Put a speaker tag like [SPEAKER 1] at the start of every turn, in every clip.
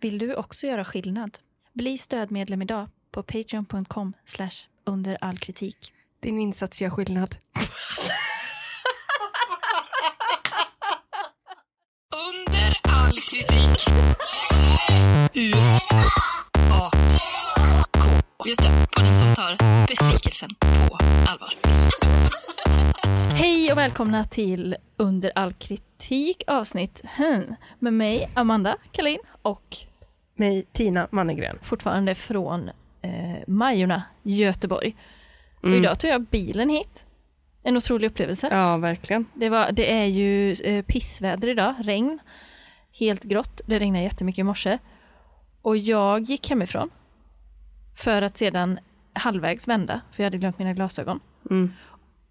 [SPEAKER 1] Vill du också göra skillnad? Bli stödmedlem idag på patreon.com under all kritik.
[SPEAKER 2] Din insats gör skillnad.
[SPEAKER 3] Under all kritik. U A K. Just det, på den som tar besvikelsen på allvar.
[SPEAKER 1] Hej och välkomna till Under all kritik avsnitt hmm, med mig Amanda Kalin och
[SPEAKER 2] Mig, Tina Mannegren.
[SPEAKER 1] fortfarande från eh, Majorna, Göteborg.
[SPEAKER 2] Mm.
[SPEAKER 1] Och idag tog jag bilen hit. En otrolig upplevelse.
[SPEAKER 2] Ja, verkligen.
[SPEAKER 1] Det, var, det är ju eh, pissväder idag, regn. Helt grått, det regnade jättemycket i morse. Och jag gick hemifrån för att sedan halvvägs vända, för jag hade glömt mina glasögon.
[SPEAKER 2] Mm.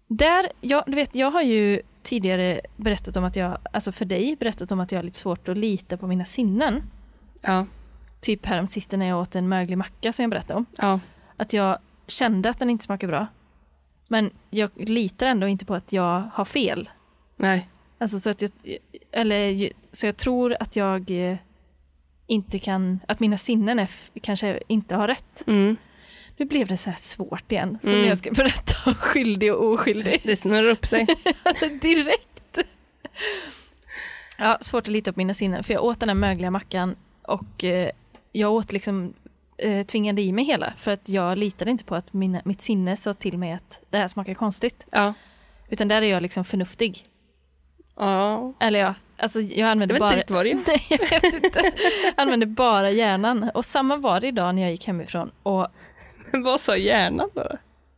[SPEAKER 1] Där, jag, du vet, jag har ju tidigare berättat om att jag, alltså för dig, berättat om att jag har lite svårt att lita på mina sinnen.
[SPEAKER 2] Ja,
[SPEAKER 1] Typ häromsistens när jag åt en möglig macka som jag berättade om.
[SPEAKER 2] ja.
[SPEAKER 1] Att jag kände att den inte smakade bra. Men jag litar ändå inte på att jag har fel.
[SPEAKER 2] Nej.
[SPEAKER 1] Alltså så att jag, eller, ju- så jag tror att jag eh, inte kan, att mina sinnen är, f- kanske inte har rätt.
[SPEAKER 2] Mm.
[SPEAKER 1] Nu blev det så här svårt igen, som
[SPEAKER 2] Mm.
[SPEAKER 1] när jag ska berätta om skyldig och oskyldig.
[SPEAKER 2] Det snurrar upp sig.
[SPEAKER 1] Direkt! Ja, svårt att lita på mina sinnen, för jag åt den här mögliga mackan och eh, jag åt liksom, eh, tvingade i mig hela, för att jag litade inte på att mina, mitt sinne sa till mig att det här smakar konstigt.
[SPEAKER 2] Ja.
[SPEAKER 1] Utan där är jag liksom förnuftig.
[SPEAKER 2] ja.
[SPEAKER 1] Eller ja, alltså jag
[SPEAKER 2] Jag
[SPEAKER 1] använder
[SPEAKER 2] vet inte
[SPEAKER 1] bara...
[SPEAKER 2] riktigt vad det är.
[SPEAKER 1] Nej, jag vet inte. Använde bara hjärnan. Och samma var det idag när jag gick hemifrån. Och
[SPEAKER 2] Men vad sa hjärnan då?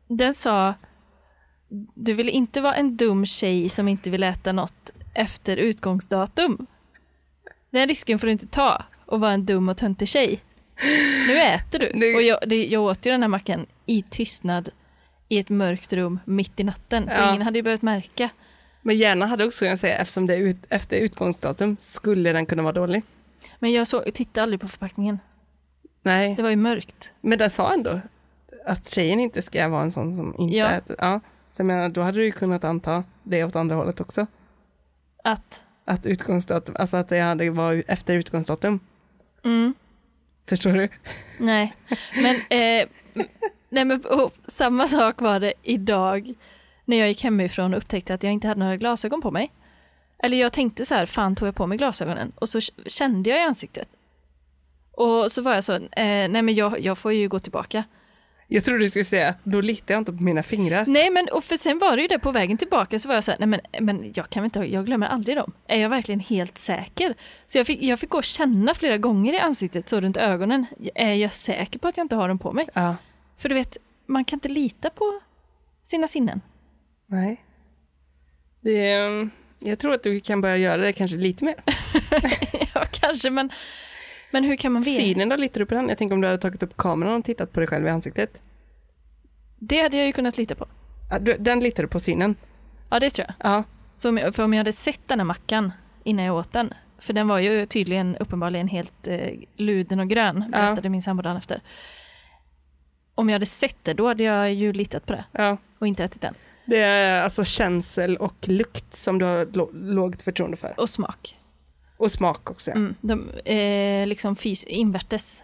[SPEAKER 1] den sa, du vill inte vara en dum tjej som inte vill äta något efter utgångsdatum. Den risken får du inte ta och vara en dum och töntig tjej. Nu äter du.
[SPEAKER 2] Det-
[SPEAKER 1] Och jag, det, jag åt ju den här mackan i tystnad i ett mörkt rum mitt i natten. Så
[SPEAKER 2] Ja.
[SPEAKER 1] ingen hade ju behövt märka.
[SPEAKER 2] Men hjärnan hade också kunnat säga, eftersom det är ut, efter utgångsdatum, skulle den kunna vara dålig?
[SPEAKER 1] Men jag såg, tittade aldrig på förpackningen.
[SPEAKER 2] Nej.
[SPEAKER 1] Det var ju mörkt.
[SPEAKER 2] Men den sa ändå att tjejen inte ska vara en sån som inte
[SPEAKER 1] Ja.
[SPEAKER 2] äter. Ja. Så jag menar, då hade du ju kunnat anta det åt andra hållet också.
[SPEAKER 1] Att,
[SPEAKER 2] Att utgångsdatum, alltså att det hade var efter utgångsdatum.
[SPEAKER 1] mm,
[SPEAKER 2] Förstår du?
[SPEAKER 1] Nej, men, eh, nej, men och, samma sak var det idag när jag gick hemifrån och upptäckte att jag inte hade några glasögon på mig. Eller jag tänkte så här, fan tog jag på mig glasögonen? Och så k- kände jag i ansiktet. Och så var jag så, eh, nej men jag, jag får ju gå tillbaka.
[SPEAKER 2] Jag trodde du skulle säga, då litar jag inte på mina fingrar.
[SPEAKER 1] Nej men, och för sen var det ju det på vägen tillbaka så var jag så här, nej men, men jag kan väl inte, jag glömmer aldrig dem. Är jag verkligen helt säker? Så jag fick, jag fick gå och känna flera gånger i ansiktet, så runt ögonen. Är jag säker på att jag inte har dem på mig?
[SPEAKER 2] Ja.
[SPEAKER 1] För du vet, man kan inte lita på sina sinnen.
[SPEAKER 2] Nej. Det, ehm, jag tror att du kan börja göra det kanske lite mer.
[SPEAKER 1] ja, kanske, men, men hur kan man veta?
[SPEAKER 2] Synen då, litar du på den? Jag tänker om du hade tagit upp kameran och tittat på dig själv i ansiktet.
[SPEAKER 1] Det hade jag ju kunnat lita på.
[SPEAKER 2] Ja, du- Den litar du på synen?
[SPEAKER 1] Ja, det tror jag.
[SPEAKER 2] Ja.
[SPEAKER 1] Så om jag, för om jag hade sett den här mackan innan jag åt den, för den var ju tydligen uppenbarligen helt eh, luden och grön, berättade min sambo dagen efter. Om jag hade sett det, då hade jag ju litat på det
[SPEAKER 2] ja.
[SPEAKER 1] och inte ätit den.
[SPEAKER 2] Det är alltså känsel och lukt som du har lo- lågt förtroende för.
[SPEAKER 1] Och smak.
[SPEAKER 2] Och smak också. Ja.
[SPEAKER 1] Mm, de, eh, liksom fys- invärtes,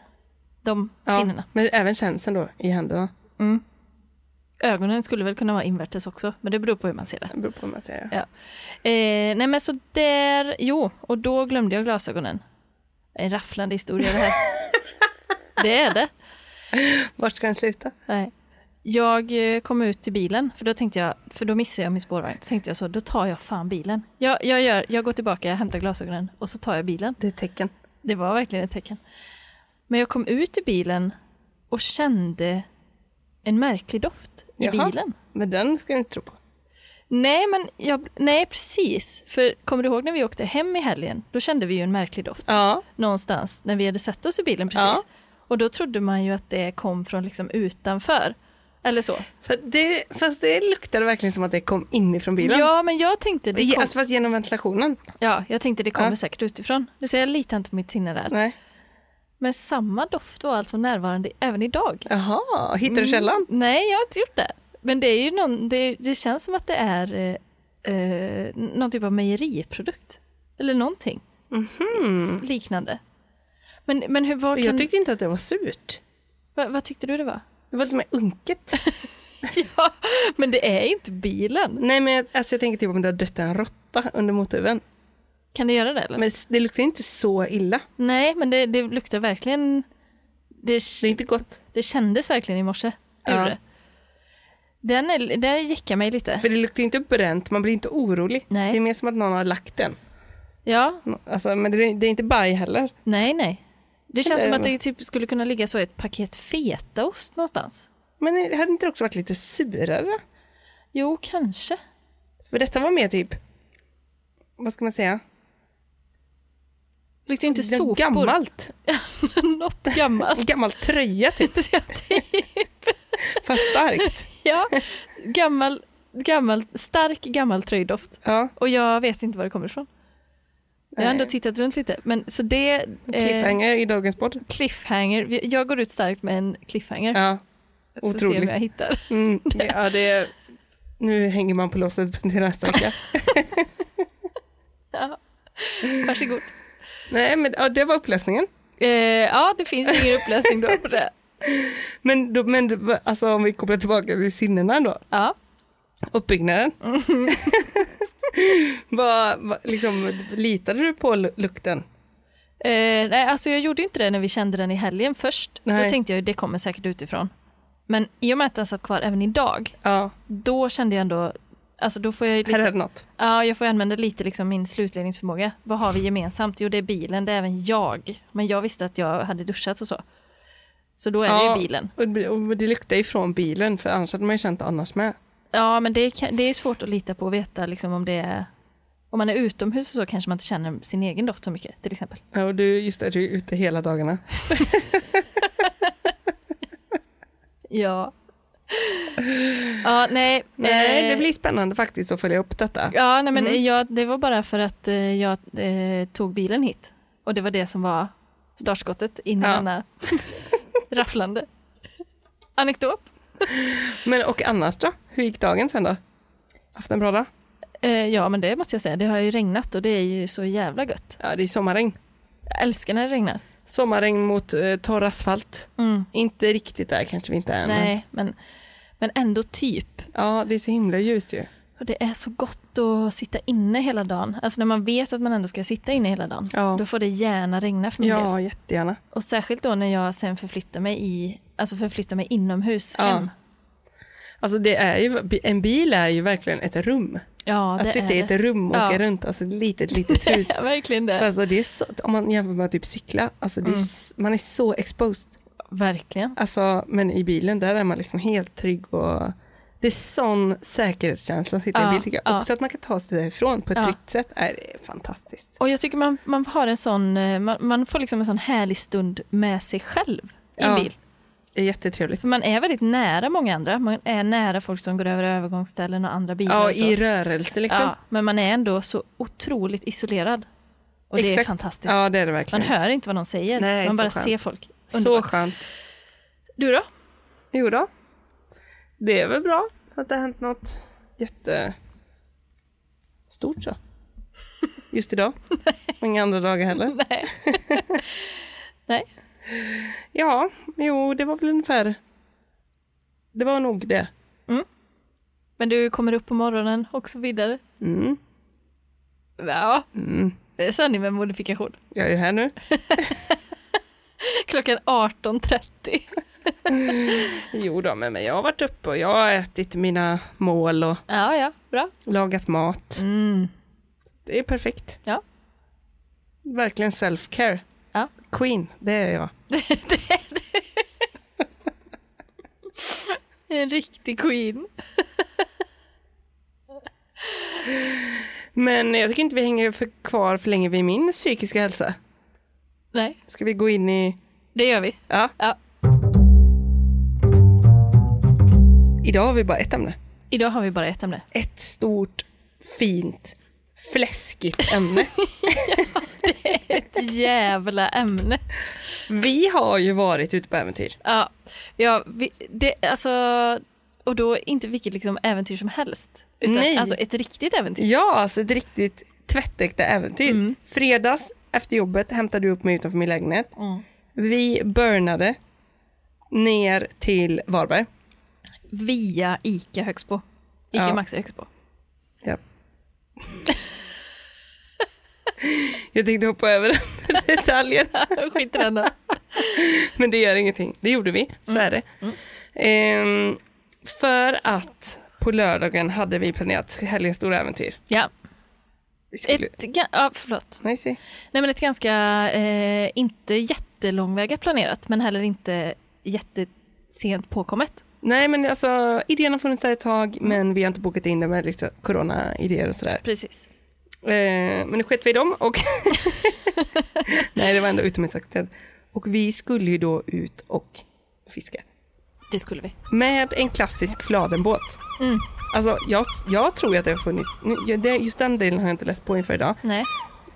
[SPEAKER 1] de sinnena.
[SPEAKER 2] Ja. Men även känseln då i händerna.
[SPEAKER 1] Ögonen skulle väl kunna vara invärtes också, men det beror på hur man ser det.
[SPEAKER 2] Det beror på vad man säger.
[SPEAKER 1] Ja. Eh, nej men så där, jo, och då glömde jag glasögonen. En rafflande historia det här. det är det.
[SPEAKER 2] Vart ska den sluta?
[SPEAKER 1] Nej. Jag eh, kom ut till bilen, för då tänkte jag, för då missade jag min spårvagn. Så tänkte jag så, då tar jag fan bilen. Jag, jag, gör, jag går tillbaka, jag hämtar glasögonen och så tar jag bilen.
[SPEAKER 2] Det är tecken.
[SPEAKER 1] Det var verkligen ett tecken. Men jag kom ut till bilen och kände en märklig doft i
[SPEAKER 2] Jaha.
[SPEAKER 1] bilen.
[SPEAKER 2] Men den ska du inte tro på.
[SPEAKER 1] Nej, men jag, nej, precis. För kommer du ihåg när vi åkte hem i helgen? Då kände vi ju en märklig doft.
[SPEAKER 2] Ja.
[SPEAKER 1] någonstans när vi hade satt oss i bilen precis.
[SPEAKER 2] Ja.
[SPEAKER 1] Och då trodde man ju att det kom från liksom utanför. Eller så.
[SPEAKER 2] För det, fast det luktade verkligen som att det kom inifrån bilen.
[SPEAKER 1] Ja, men jag tänkte det
[SPEAKER 2] Ja,
[SPEAKER 1] kom,
[SPEAKER 2] Alltså fast genom ventilationen.
[SPEAKER 1] ja, jag tänkte det kommer
[SPEAKER 2] Ja.
[SPEAKER 1] säkert utifrån. Nu säger jag litar inte på mitt sinne där.
[SPEAKER 2] Nej.
[SPEAKER 1] Men samma doft var alltså närvarande även idag.
[SPEAKER 2] Jaha, hittar
[SPEAKER 1] Mm.
[SPEAKER 2] du källan?
[SPEAKER 1] Nej, jag har inte gjort det. Men det är ju någon, det, det känns som att det är eh, eh, någon typ av mejeriprodukt. Eller någonting. S- Liknande. Men, men hur, vad, kan,
[SPEAKER 2] Mhm. Jag tyckte inte att det var surt.
[SPEAKER 1] vad, vad tyckte du det var?
[SPEAKER 2] Det var lite mer unket.
[SPEAKER 1] ja, men det är inte bilen.
[SPEAKER 2] Nej men jag- alltså jag tänker typ om det har dött en råtta under motorhuven.
[SPEAKER 1] Kan det göra det eller?
[SPEAKER 2] Men det luktar inte så illa.
[SPEAKER 1] Nej, men det, det luktar verkligen... Det,
[SPEAKER 2] Det är inte gott.
[SPEAKER 1] det kändes verkligen i morse. Det
[SPEAKER 2] Ja.
[SPEAKER 1] gjorde det. Den, är, den jäckar mig lite.
[SPEAKER 2] För det luktar inte bränt, man blir inte orolig.
[SPEAKER 1] Nej.
[SPEAKER 2] Det är mer som att någon har lagt den.
[SPEAKER 1] Ja,
[SPEAKER 2] Alltså, men det är, det är inte baj heller.
[SPEAKER 1] nej, nej. Det känns
[SPEAKER 2] det-
[SPEAKER 1] som att det typ skulle kunna ligga så i ett paket fetaost någonstans.
[SPEAKER 2] Men det hade inte det också varit lite surare?
[SPEAKER 1] Jo, kanske.
[SPEAKER 2] För detta var mer typ, vad ska man säga?
[SPEAKER 1] Luktar ju inte
[SPEAKER 2] Det är
[SPEAKER 1] sopor.
[SPEAKER 2] Gammalt.
[SPEAKER 1] Något gammalt.
[SPEAKER 2] En gammal tröja typ,
[SPEAKER 1] Jag tänkte-
[SPEAKER 2] fast starkt.
[SPEAKER 1] ja, gammal, gammal, stark gammal tröjdoft.
[SPEAKER 2] Ja,
[SPEAKER 1] Och jag vet inte var det kommer ifrån. Jag har ändå tittat runt lite. Men så det... eh,
[SPEAKER 2] cliffhanger i dagens podd.
[SPEAKER 1] cliffhanger. Vi- Jag går ut starkt med en cliffhanger.
[SPEAKER 2] Ja.
[SPEAKER 1] så ser vi
[SPEAKER 2] otroligt.
[SPEAKER 1] vad jag hittar.
[SPEAKER 2] Mm, ja, det är, nu hänger man på låset till nästa vecka.
[SPEAKER 1] Ja. Varsågod.
[SPEAKER 2] Nej, men ja, det var upplösningen.
[SPEAKER 1] Eh, ja, det finns ju ingen upplösning då på det.
[SPEAKER 2] Men, då, men då- alltså, om vi kopplar tillbaka till sinnena då,
[SPEAKER 1] Ja.
[SPEAKER 2] uppbyggnaden. vad, vad, liksom, litade du på lu- lukten?
[SPEAKER 1] Eh, nej, alltså jag gjorde ju inte det när vi kände den i helgen först.
[SPEAKER 2] Nej.
[SPEAKER 1] Då tänkte jag ju det kommer säkert utifrån. Men i och med att den satt kvar även idag,
[SPEAKER 2] Ja,
[SPEAKER 1] då kände jag ändå, alltså då får jag ju
[SPEAKER 2] här
[SPEAKER 1] lite,
[SPEAKER 2] är det något.
[SPEAKER 1] ja, jag får ju använda lite liksom min slutledningsförmåga. Vad har vi gemensamt? Jo, det är bilen, det är även jag. Men jag visste att jag hade duschat och så. Så då är det
[SPEAKER 2] Ja.
[SPEAKER 1] ju bilen.
[SPEAKER 2] Och, det- och det luktar ifrån bilen, för annars hade man ju känt det annars med.
[SPEAKER 1] Ja, men det, kan, det är svårt att lita på och veta liksom, om det är... Om man är utomhus och så kanske man inte känner sin egen doft så mycket, till exempel.
[SPEAKER 2] Ja, och du, just det, du är ute hela
[SPEAKER 1] Eh.
[SPEAKER 2] dagarna.
[SPEAKER 1] Ja. Ja, nej.
[SPEAKER 2] Nej,
[SPEAKER 1] eh,
[SPEAKER 2] det blir Mm. spännande faktiskt att följa upp detta.
[SPEAKER 1] Ja, nej, men jag, det var bara för att eh, jag eh, tog bilen hit. Och det var det som var startskottet in i
[SPEAKER 2] Ja.
[SPEAKER 1] denna rafflande anekdot.
[SPEAKER 2] Men och annars då? Hur gick dagen sen då? Haft en bra dag?
[SPEAKER 1] Eh, ja, men det måste jag säga. Det har ju regnat och det är ju så jävla gött.
[SPEAKER 2] Ja, det är sommarregn.
[SPEAKER 1] Jag älskar när det regnar. Mm,
[SPEAKER 2] Sommarregn mot eh, torr asfalt. Inte riktigt där kanske vi inte är. men-
[SPEAKER 1] Nej, men, men ändå typ.
[SPEAKER 2] Ja, det är så himla ljust ju.
[SPEAKER 1] Och det är så gott att sitta inne hela dagen. Alltså när man vet att man ändå ska sitta inne hela dagen.
[SPEAKER 2] Ja.
[SPEAKER 1] Då får det gärna regna för min del.
[SPEAKER 2] Ja, jättegärna.
[SPEAKER 1] Och särskilt då när jag sen förflyttar mig, i, alltså förflyttar mig inomhus
[SPEAKER 2] Ja.
[SPEAKER 1] hem.
[SPEAKER 2] Alltså det är ju, en bil är ju verkligen ett rum.
[SPEAKER 1] Ja, det
[SPEAKER 2] Att sitta
[SPEAKER 1] är
[SPEAKER 2] i ett rum och
[SPEAKER 1] Ja.
[SPEAKER 2] åka runt, alltså ett litet, litet hus.
[SPEAKER 1] Ja, verkligen det.
[SPEAKER 2] För alltså det är så, om man jämför med att typ cykla, alltså det är,
[SPEAKER 1] Mm.
[SPEAKER 2] s- man är så exposed.
[SPEAKER 1] Verkligen.
[SPEAKER 2] Alltså, men i bilen, där är man liksom helt trygg och det är sån säkerhetskänsla att sitta i
[SPEAKER 1] Ja,
[SPEAKER 2] en bil tycker jag.
[SPEAKER 1] ja.
[SPEAKER 2] Också att man kan ta sig därifrån på ett
[SPEAKER 1] Ja.
[SPEAKER 2] tryggt sätt är det är fantastiskt.
[SPEAKER 1] Och jag tycker man, man har en sån, eh, man, man får liksom en sån härlig stund med sig själv i en
[SPEAKER 2] Ja.
[SPEAKER 1] bil.
[SPEAKER 2] Det är jättetrevligt.
[SPEAKER 1] För man är väldigt nära många andra. Man är nära folk som går över övergångsställen och andra bilar
[SPEAKER 2] Ja,
[SPEAKER 1] och så.
[SPEAKER 2] i rörelse liksom.
[SPEAKER 1] ja,
[SPEAKER 2] Ja,
[SPEAKER 1] men man är ändå så otroligt isolerad. Och det är
[SPEAKER 2] Exakt.
[SPEAKER 1] fantastiskt.
[SPEAKER 2] det är det
[SPEAKER 1] Man
[SPEAKER 2] verkligen.
[SPEAKER 1] hör inte vad någon säger,
[SPEAKER 2] Nej,
[SPEAKER 1] man
[SPEAKER 2] så
[SPEAKER 1] bara
[SPEAKER 2] skönt.
[SPEAKER 1] ser folk.
[SPEAKER 2] så
[SPEAKER 1] Underbart.
[SPEAKER 2] skönt.
[SPEAKER 1] Du då?
[SPEAKER 2] Jo då. Det är väl bra att det har hänt något jättestort så. Just idag. Och inga andra dagar heller.
[SPEAKER 1] Nej. Nej.
[SPEAKER 2] Ja, jo det var väl ungefär. Det var nog det.
[SPEAKER 1] Men du kommer upp på morgonen och så vidare?
[SPEAKER 2] Mm.
[SPEAKER 1] Ja. Det är sanning med modifikation.
[SPEAKER 2] Jag är ju här nu.
[SPEAKER 1] Klockan 18.30.
[SPEAKER 2] Jo då, men men jag har varit uppe och jag har ätit mina mål och
[SPEAKER 1] Ja, ja, bra.
[SPEAKER 2] lagat mat.
[SPEAKER 1] Mm.
[SPEAKER 2] Det är perfekt.
[SPEAKER 1] Ja.
[SPEAKER 2] Verkligen self-care.
[SPEAKER 1] Ja.
[SPEAKER 2] Queen, det är jag.
[SPEAKER 1] En riktig queen.
[SPEAKER 2] Men jag tycker inte vi hänger för kvar för länge vid min psykiska hälsa.
[SPEAKER 1] Nej,
[SPEAKER 2] Ska vi gå in i...
[SPEAKER 1] det gör vi.
[SPEAKER 2] Ja.
[SPEAKER 1] Ja.
[SPEAKER 2] Idag har vi bara ett ämne.
[SPEAKER 1] Idag har vi bara ett ämne.
[SPEAKER 2] Ett stort, fint, fläskigt ämne.
[SPEAKER 1] Ett jävla ämne.
[SPEAKER 2] vi har ju varit ute på äventyr.
[SPEAKER 1] Ja, ja vi, det, alltså, och då inte vilket liksom äventyr som helst. Utan
[SPEAKER 2] Nej.
[SPEAKER 1] alltså ett riktigt äventyr.
[SPEAKER 2] Ja, alltså ett riktigt tvättäkta äventyr. Fredags Efter jobbet hämtade du upp mig utanför min lägenhet.
[SPEAKER 1] Mm.
[SPEAKER 2] Vi burnade ner till Varberg.
[SPEAKER 1] Via ICA Högsbo. ICA
[SPEAKER 2] Ja.
[SPEAKER 1] Maxi Högsbo.
[SPEAKER 2] Ja. Jag tänkte hoppa över den detaljen,
[SPEAKER 1] Skit i den då.
[SPEAKER 2] men det gör ingenting. Det gjorde vi, så är det.
[SPEAKER 1] Mm.
[SPEAKER 2] Ehm, för att på lördagen hade vi planerat helgens stora äventyr.
[SPEAKER 1] Ja,
[SPEAKER 2] Vi skulle...
[SPEAKER 1] ett, ga- ja, förlåt.
[SPEAKER 2] Nej, se.
[SPEAKER 1] Nej, men ett ganska, eh, inte jättelångväga planerat, men heller inte jättesent påkommet.
[SPEAKER 2] Nej, men alltså idén har funnits där ett tag, men vi har inte bokat in det med liksom, corona-idéer och sådär.
[SPEAKER 1] Precis.
[SPEAKER 2] Eh, men nu sket vi i dem och... Nej, det var ändå utomhusaktivitet. Och vi skulle ju då ut och fiska.
[SPEAKER 1] Det skulle vi.
[SPEAKER 2] Med en klassisk fladenbåt.
[SPEAKER 1] Mm.
[SPEAKER 2] Alltså, jag, jag tror ju att det har funnits... nu- ja, det- Just den delen har jag inte läst på inför idag.
[SPEAKER 1] Nej.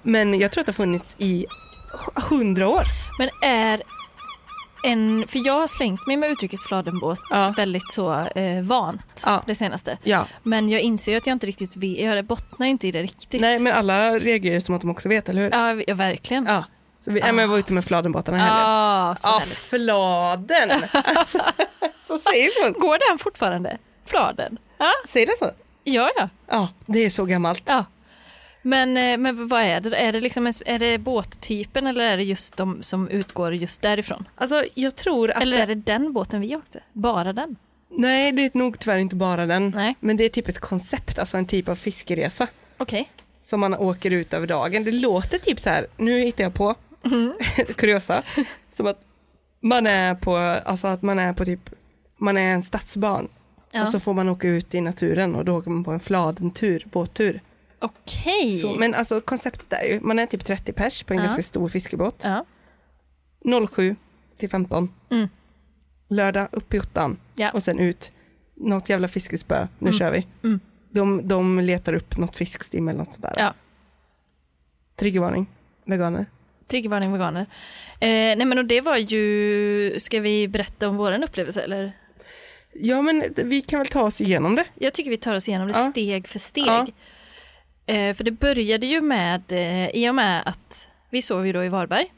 [SPEAKER 2] Men jag tror att det har funnits i h- hundra år.
[SPEAKER 1] Men är en, för jag har slängt mig med uttrycket fladenbåt
[SPEAKER 2] Ja.
[SPEAKER 1] väldigt så eh, vant
[SPEAKER 2] Ja.
[SPEAKER 1] det senaste.
[SPEAKER 2] Ja.
[SPEAKER 1] Men jag inser ju att jag inte riktigt vet, jag bottnar ju inte i det riktigt.
[SPEAKER 2] Nej, men alla reagerar som att de också vet, eller hur?
[SPEAKER 1] Ja, ja verkligen.
[SPEAKER 2] Ja. Så vi, nej, men jag var ute med fladenbåtarna här.
[SPEAKER 1] Ah, så
[SPEAKER 2] Ja,
[SPEAKER 1] härligt.
[SPEAKER 2] fladen! Alltså, så säger folk.
[SPEAKER 1] Går den fortfarande? Fladen? Ja,
[SPEAKER 2] Säger det så?
[SPEAKER 1] ja. ja.
[SPEAKER 2] Ja, det är så gammalt.
[SPEAKER 1] ja. Men, eh, men vad är det? Är det, liksom en, är det båttypen eller är det just de som utgår just därifrån?
[SPEAKER 2] Alltså, jag tror att...
[SPEAKER 1] Eller är det den båten vi åkte? Bara den?
[SPEAKER 2] Nej, det är nog tyvärr inte bara den.
[SPEAKER 1] Nej.
[SPEAKER 2] Men det är typ ett koncept, alltså en typ av fiskeresa
[SPEAKER 1] Okej.
[SPEAKER 2] som man åker ut över dagen. Det låter typ så här, nu hittar jag på, kuriosa, som att man är på, alltså att man är på typ, man är en stadsbarn.
[SPEAKER 1] Ja.
[SPEAKER 2] Och så får man åka ut i naturen och då åker man på en fladentur, båttur.
[SPEAKER 1] Okej.
[SPEAKER 2] Så, men alltså konceptet är ju, man är typ 30 pers på en
[SPEAKER 1] Ja.
[SPEAKER 2] ganska stor fiskebåt.
[SPEAKER 1] Ja.
[SPEAKER 2] 07 till 15.
[SPEAKER 1] Mm.
[SPEAKER 2] Lördag upp i ottan
[SPEAKER 1] Ja.
[SPEAKER 2] och sen ut. Något jävla fiskespö, nu kör vi.
[SPEAKER 1] Mm.
[SPEAKER 2] De, de letar upp något fiskstim eller något sådär.
[SPEAKER 1] Ja.
[SPEAKER 2] Triggervarning, veganer.
[SPEAKER 1] Triggervarning veganer. Eh, nej men och det var ju, ska vi berätta om våran upplevelse eller?
[SPEAKER 2] Ja men vi kan väl ta oss igenom det.
[SPEAKER 1] Jag tycker vi tar oss igenom det
[SPEAKER 2] Ja.
[SPEAKER 1] steg för steg.
[SPEAKER 2] Ja.
[SPEAKER 1] Eh, för det började ju med, eh, i och med att vi sov ju då i Varberg,